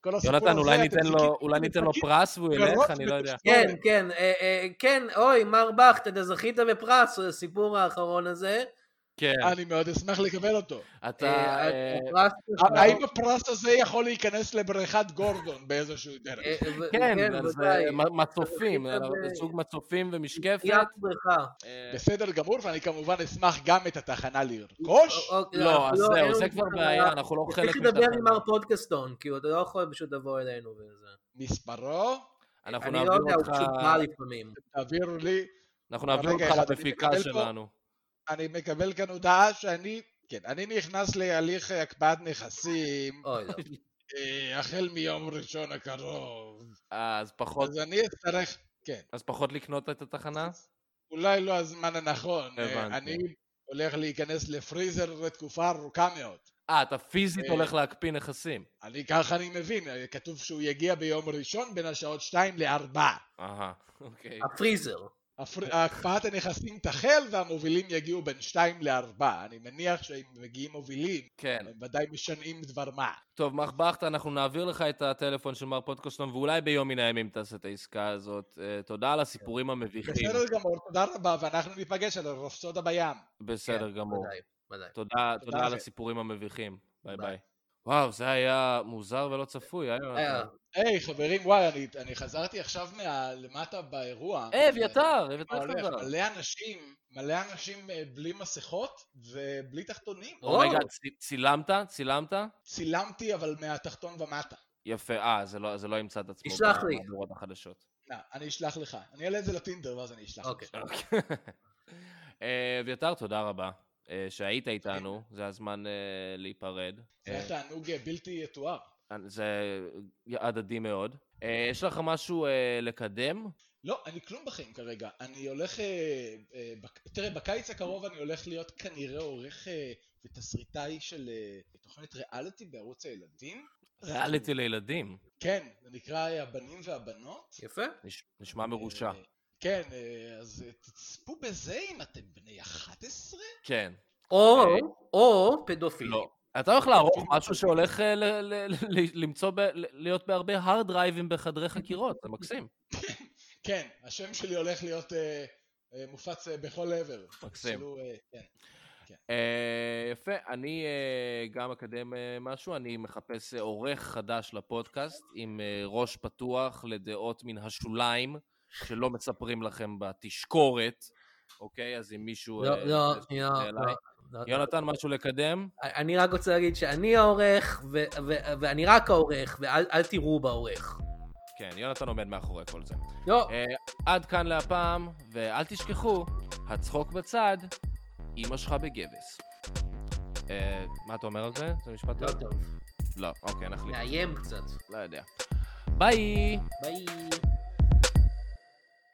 [SPEAKER 4] כל הסיפור
[SPEAKER 2] יונתן, אולי
[SPEAKER 4] הזה,
[SPEAKER 2] ניתן
[SPEAKER 4] אתם
[SPEAKER 2] לו-
[SPEAKER 4] חיכיתם
[SPEAKER 2] אולי ניתן לו
[SPEAKER 4] לשקית
[SPEAKER 2] פרס והוא ילך,
[SPEAKER 4] גרות
[SPEAKER 2] אני לא יודע.
[SPEAKER 4] בתפזורת.
[SPEAKER 3] כן, כן, אה, אה, כן, אוי, מר בכט, אתה זכית בפרס, הסיפור האחרון הזה.
[SPEAKER 2] כן,
[SPEAKER 4] אני מאוד אשמח לקבל אותו.
[SPEAKER 2] אתה...
[SPEAKER 3] אה,
[SPEAKER 2] אה,
[SPEAKER 3] הפרס שלך-
[SPEAKER 4] האם הפרס הזה יכול להיכנס לבריכת גורדון באיזשהו דרך?
[SPEAKER 3] אה, ו-
[SPEAKER 2] כן, אז
[SPEAKER 3] ודאי.
[SPEAKER 2] אה, מ- מצופים,
[SPEAKER 3] אתה זכית
[SPEAKER 2] אה,
[SPEAKER 3] ב-
[SPEAKER 2] סוג מצופים ומשקפת.
[SPEAKER 3] ים בריכה.
[SPEAKER 2] אה,
[SPEAKER 4] בסדר גמור, ואני כמובן אשמח גם את התחנה לרכוש.
[SPEAKER 3] אוקיי,
[SPEAKER 2] לא,
[SPEAKER 3] אנחנו
[SPEAKER 2] אז
[SPEAKER 3] אין
[SPEAKER 2] זהו,
[SPEAKER 3] לנו
[SPEAKER 2] זה כבר
[SPEAKER 3] בכלל,
[SPEAKER 2] בעיה, אנחנו לא חלק
[SPEAKER 3] צריך לדבר עם
[SPEAKER 2] מתחנה.
[SPEAKER 3] מר פודקאסטון, כי אתה לא יכול פשוט לבוא אלינו וזה.
[SPEAKER 4] מספרו,
[SPEAKER 2] אנחנו
[SPEAKER 3] אני לא
[SPEAKER 2] נעביר
[SPEAKER 3] יודע, הוא
[SPEAKER 2] אותך,
[SPEAKER 3] פשוט בא לפעמים.
[SPEAKER 4] תעבירו לי.
[SPEAKER 2] אנחנו נעביר
[SPEAKER 4] רגע
[SPEAKER 2] אותך
[SPEAKER 4] אחד, אני
[SPEAKER 2] למפיקה
[SPEAKER 4] מקבל פה.
[SPEAKER 2] שלנו.
[SPEAKER 4] אני מקבל כאן הודעה שאני, כן, אני נכנס להליך הקפאת נכסים
[SPEAKER 3] אוי, *laughs* לא.
[SPEAKER 4] אה, החל מיום ראשון הקרוב.
[SPEAKER 2] אה, אז פחות,
[SPEAKER 4] אז אני אצטרך, כן,
[SPEAKER 2] אז פחות לקנות את התחנה?
[SPEAKER 4] אולי לא הזמן הנכון. אה,
[SPEAKER 2] הבנתי.
[SPEAKER 4] אני הולך להיכנס לפריזר לתקופה ארוכה מאוד.
[SPEAKER 2] אה, אתה פיזית
[SPEAKER 4] אה,
[SPEAKER 2] הולך להקפיא נכסים.
[SPEAKER 4] אני ככה אני מבין, אה, כתוב שהוא יגיע ביום ראשון בין השעות 2 ל-4.
[SPEAKER 2] אהה,
[SPEAKER 4] אה.
[SPEAKER 2] אוקיי.
[SPEAKER 3] הפריזר.
[SPEAKER 4] הקפאת הנכסים תחל והמובילים יגיעו בין 2 ל-4. אני מניח שאם מגיעים מובילים,
[SPEAKER 2] כן.
[SPEAKER 4] הם ודאי משנעים דבר מה.
[SPEAKER 2] טוב, מר בכט, אנחנו נעביר לך את הטלפון של מר פודקאסטון, ואולי ביום מן הימים תעשה את העסקה הזאת. אה, תודה על הסיפורים המביכים.
[SPEAKER 4] כן. בסדר גמור, תודה רבה, ואנחנו ניפגש על הרפסודה בים.
[SPEAKER 2] בסדר
[SPEAKER 3] כן,
[SPEAKER 2] גמור.
[SPEAKER 3] ודאי, ודאי.
[SPEAKER 2] תודה, תודה על
[SPEAKER 4] לכם.
[SPEAKER 2] הסיפורים המביכים. ביי
[SPEAKER 3] ביי.
[SPEAKER 2] ביי. וואו, זה היה מוזר ולא צפוי, אה?
[SPEAKER 3] היה-
[SPEAKER 2] יונתן?
[SPEAKER 4] היי, חברים, וואי, אני, אני חזרתי עכשיו מהלמטה באירוע.
[SPEAKER 2] אה, אביתר, אביתר
[SPEAKER 4] מה הולך?
[SPEAKER 2] חזר.
[SPEAKER 4] מלא אנשים, מלא אנשים אה, בלי מסכות ובלי תחתונים.
[SPEAKER 2] אומייגאד, צילמת? צילמת?
[SPEAKER 4] צילמתי, אבל מהתחתון ומטה.
[SPEAKER 2] יפה, אה, זה לא- זה לא ימצא את עצמו.
[SPEAKER 3] תשלח לי.
[SPEAKER 2] במהדורות החדשות.
[SPEAKER 4] נא, לא, אני אשלח לך. אני אעלה את זה לטינדר ואז אני אשלח
[SPEAKER 3] אוקיי.
[SPEAKER 4] לך.
[SPEAKER 2] אוקיי. אה, אביתר, תודה רבה אה, שהיית איתנו, זה הזמן אה, להיפרד.
[SPEAKER 4] זה היה תענוג אה, בלתי יתואר.
[SPEAKER 2] זה הדדי מאוד. אה, יש לך משהו אה, לקדם?
[SPEAKER 4] לא, אני כלום בחיים כרגע. אני הולך... אה, אה, בק- תראה, בקיץ הקרוב אני הולך להיות כנראה עורך אה, ותסריטאי של אה, תוכנית ריאליטי בערוץ הילדים.
[SPEAKER 2] ריאליטי לילדים.
[SPEAKER 4] כן, זה נקרא אה, הבנים והבנות.
[SPEAKER 3] יפה.
[SPEAKER 2] נש- נשמע מרושע.
[SPEAKER 4] אה, כן, אה, אז אה, תצפו בזה אם אתם בני 11?
[SPEAKER 2] כן.
[SPEAKER 3] או, או פדופיל.
[SPEAKER 2] לא. אתה הולך לערוך משהו שהולך אה, ל- ל- ל- למצוא, ב- ל- להיות בהרבה hard drive'ים בחדרי חקירות, זה מקסים.
[SPEAKER 4] כן, השם שלי הולך להיות אה, אה, מופץ אה, בכל עבר.
[SPEAKER 2] מקסים.
[SPEAKER 4] תשאלו, אה, כן.
[SPEAKER 2] אה, יפה, אני אה, גם אקדם אה, משהו, אני מחפש אה, עורך חדש לפודקאסט עם אה, ראש פתוח לדעות מן השוליים, שלא מספרים לכם בתשקורת, אוקיי? אז אם מישהו...
[SPEAKER 3] לא,
[SPEAKER 2] אה,
[SPEAKER 3] לא,
[SPEAKER 2] רוצה
[SPEAKER 3] לא,
[SPEAKER 2] לפנות אליי.
[SPEAKER 3] לא.
[SPEAKER 2] יונתן, משהו לקדם?
[SPEAKER 3] אני רק רוצה להגיד שאני העורך, ו- ו- ואני רק העורך, ואל אל תירו בעורך.
[SPEAKER 2] כן, יונתן עומד מאחורי כל זה.
[SPEAKER 3] לא,
[SPEAKER 2] אה, עד כאן להפעם, ואל תשכחו, הצחוק בצד, אמא שלך בגבס. אה, מה אתה אומר על זה? זה משפט
[SPEAKER 3] לא
[SPEAKER 2] טוב?
[SPEAKER 3] טוב.
[SPEAKER 2] לא, אוקיי, נחליט.
[SPEAKER 3] מאיים קצת.
[SPEAKER 2] לא יודע. ביי!
[SPEAKER 3] ביי.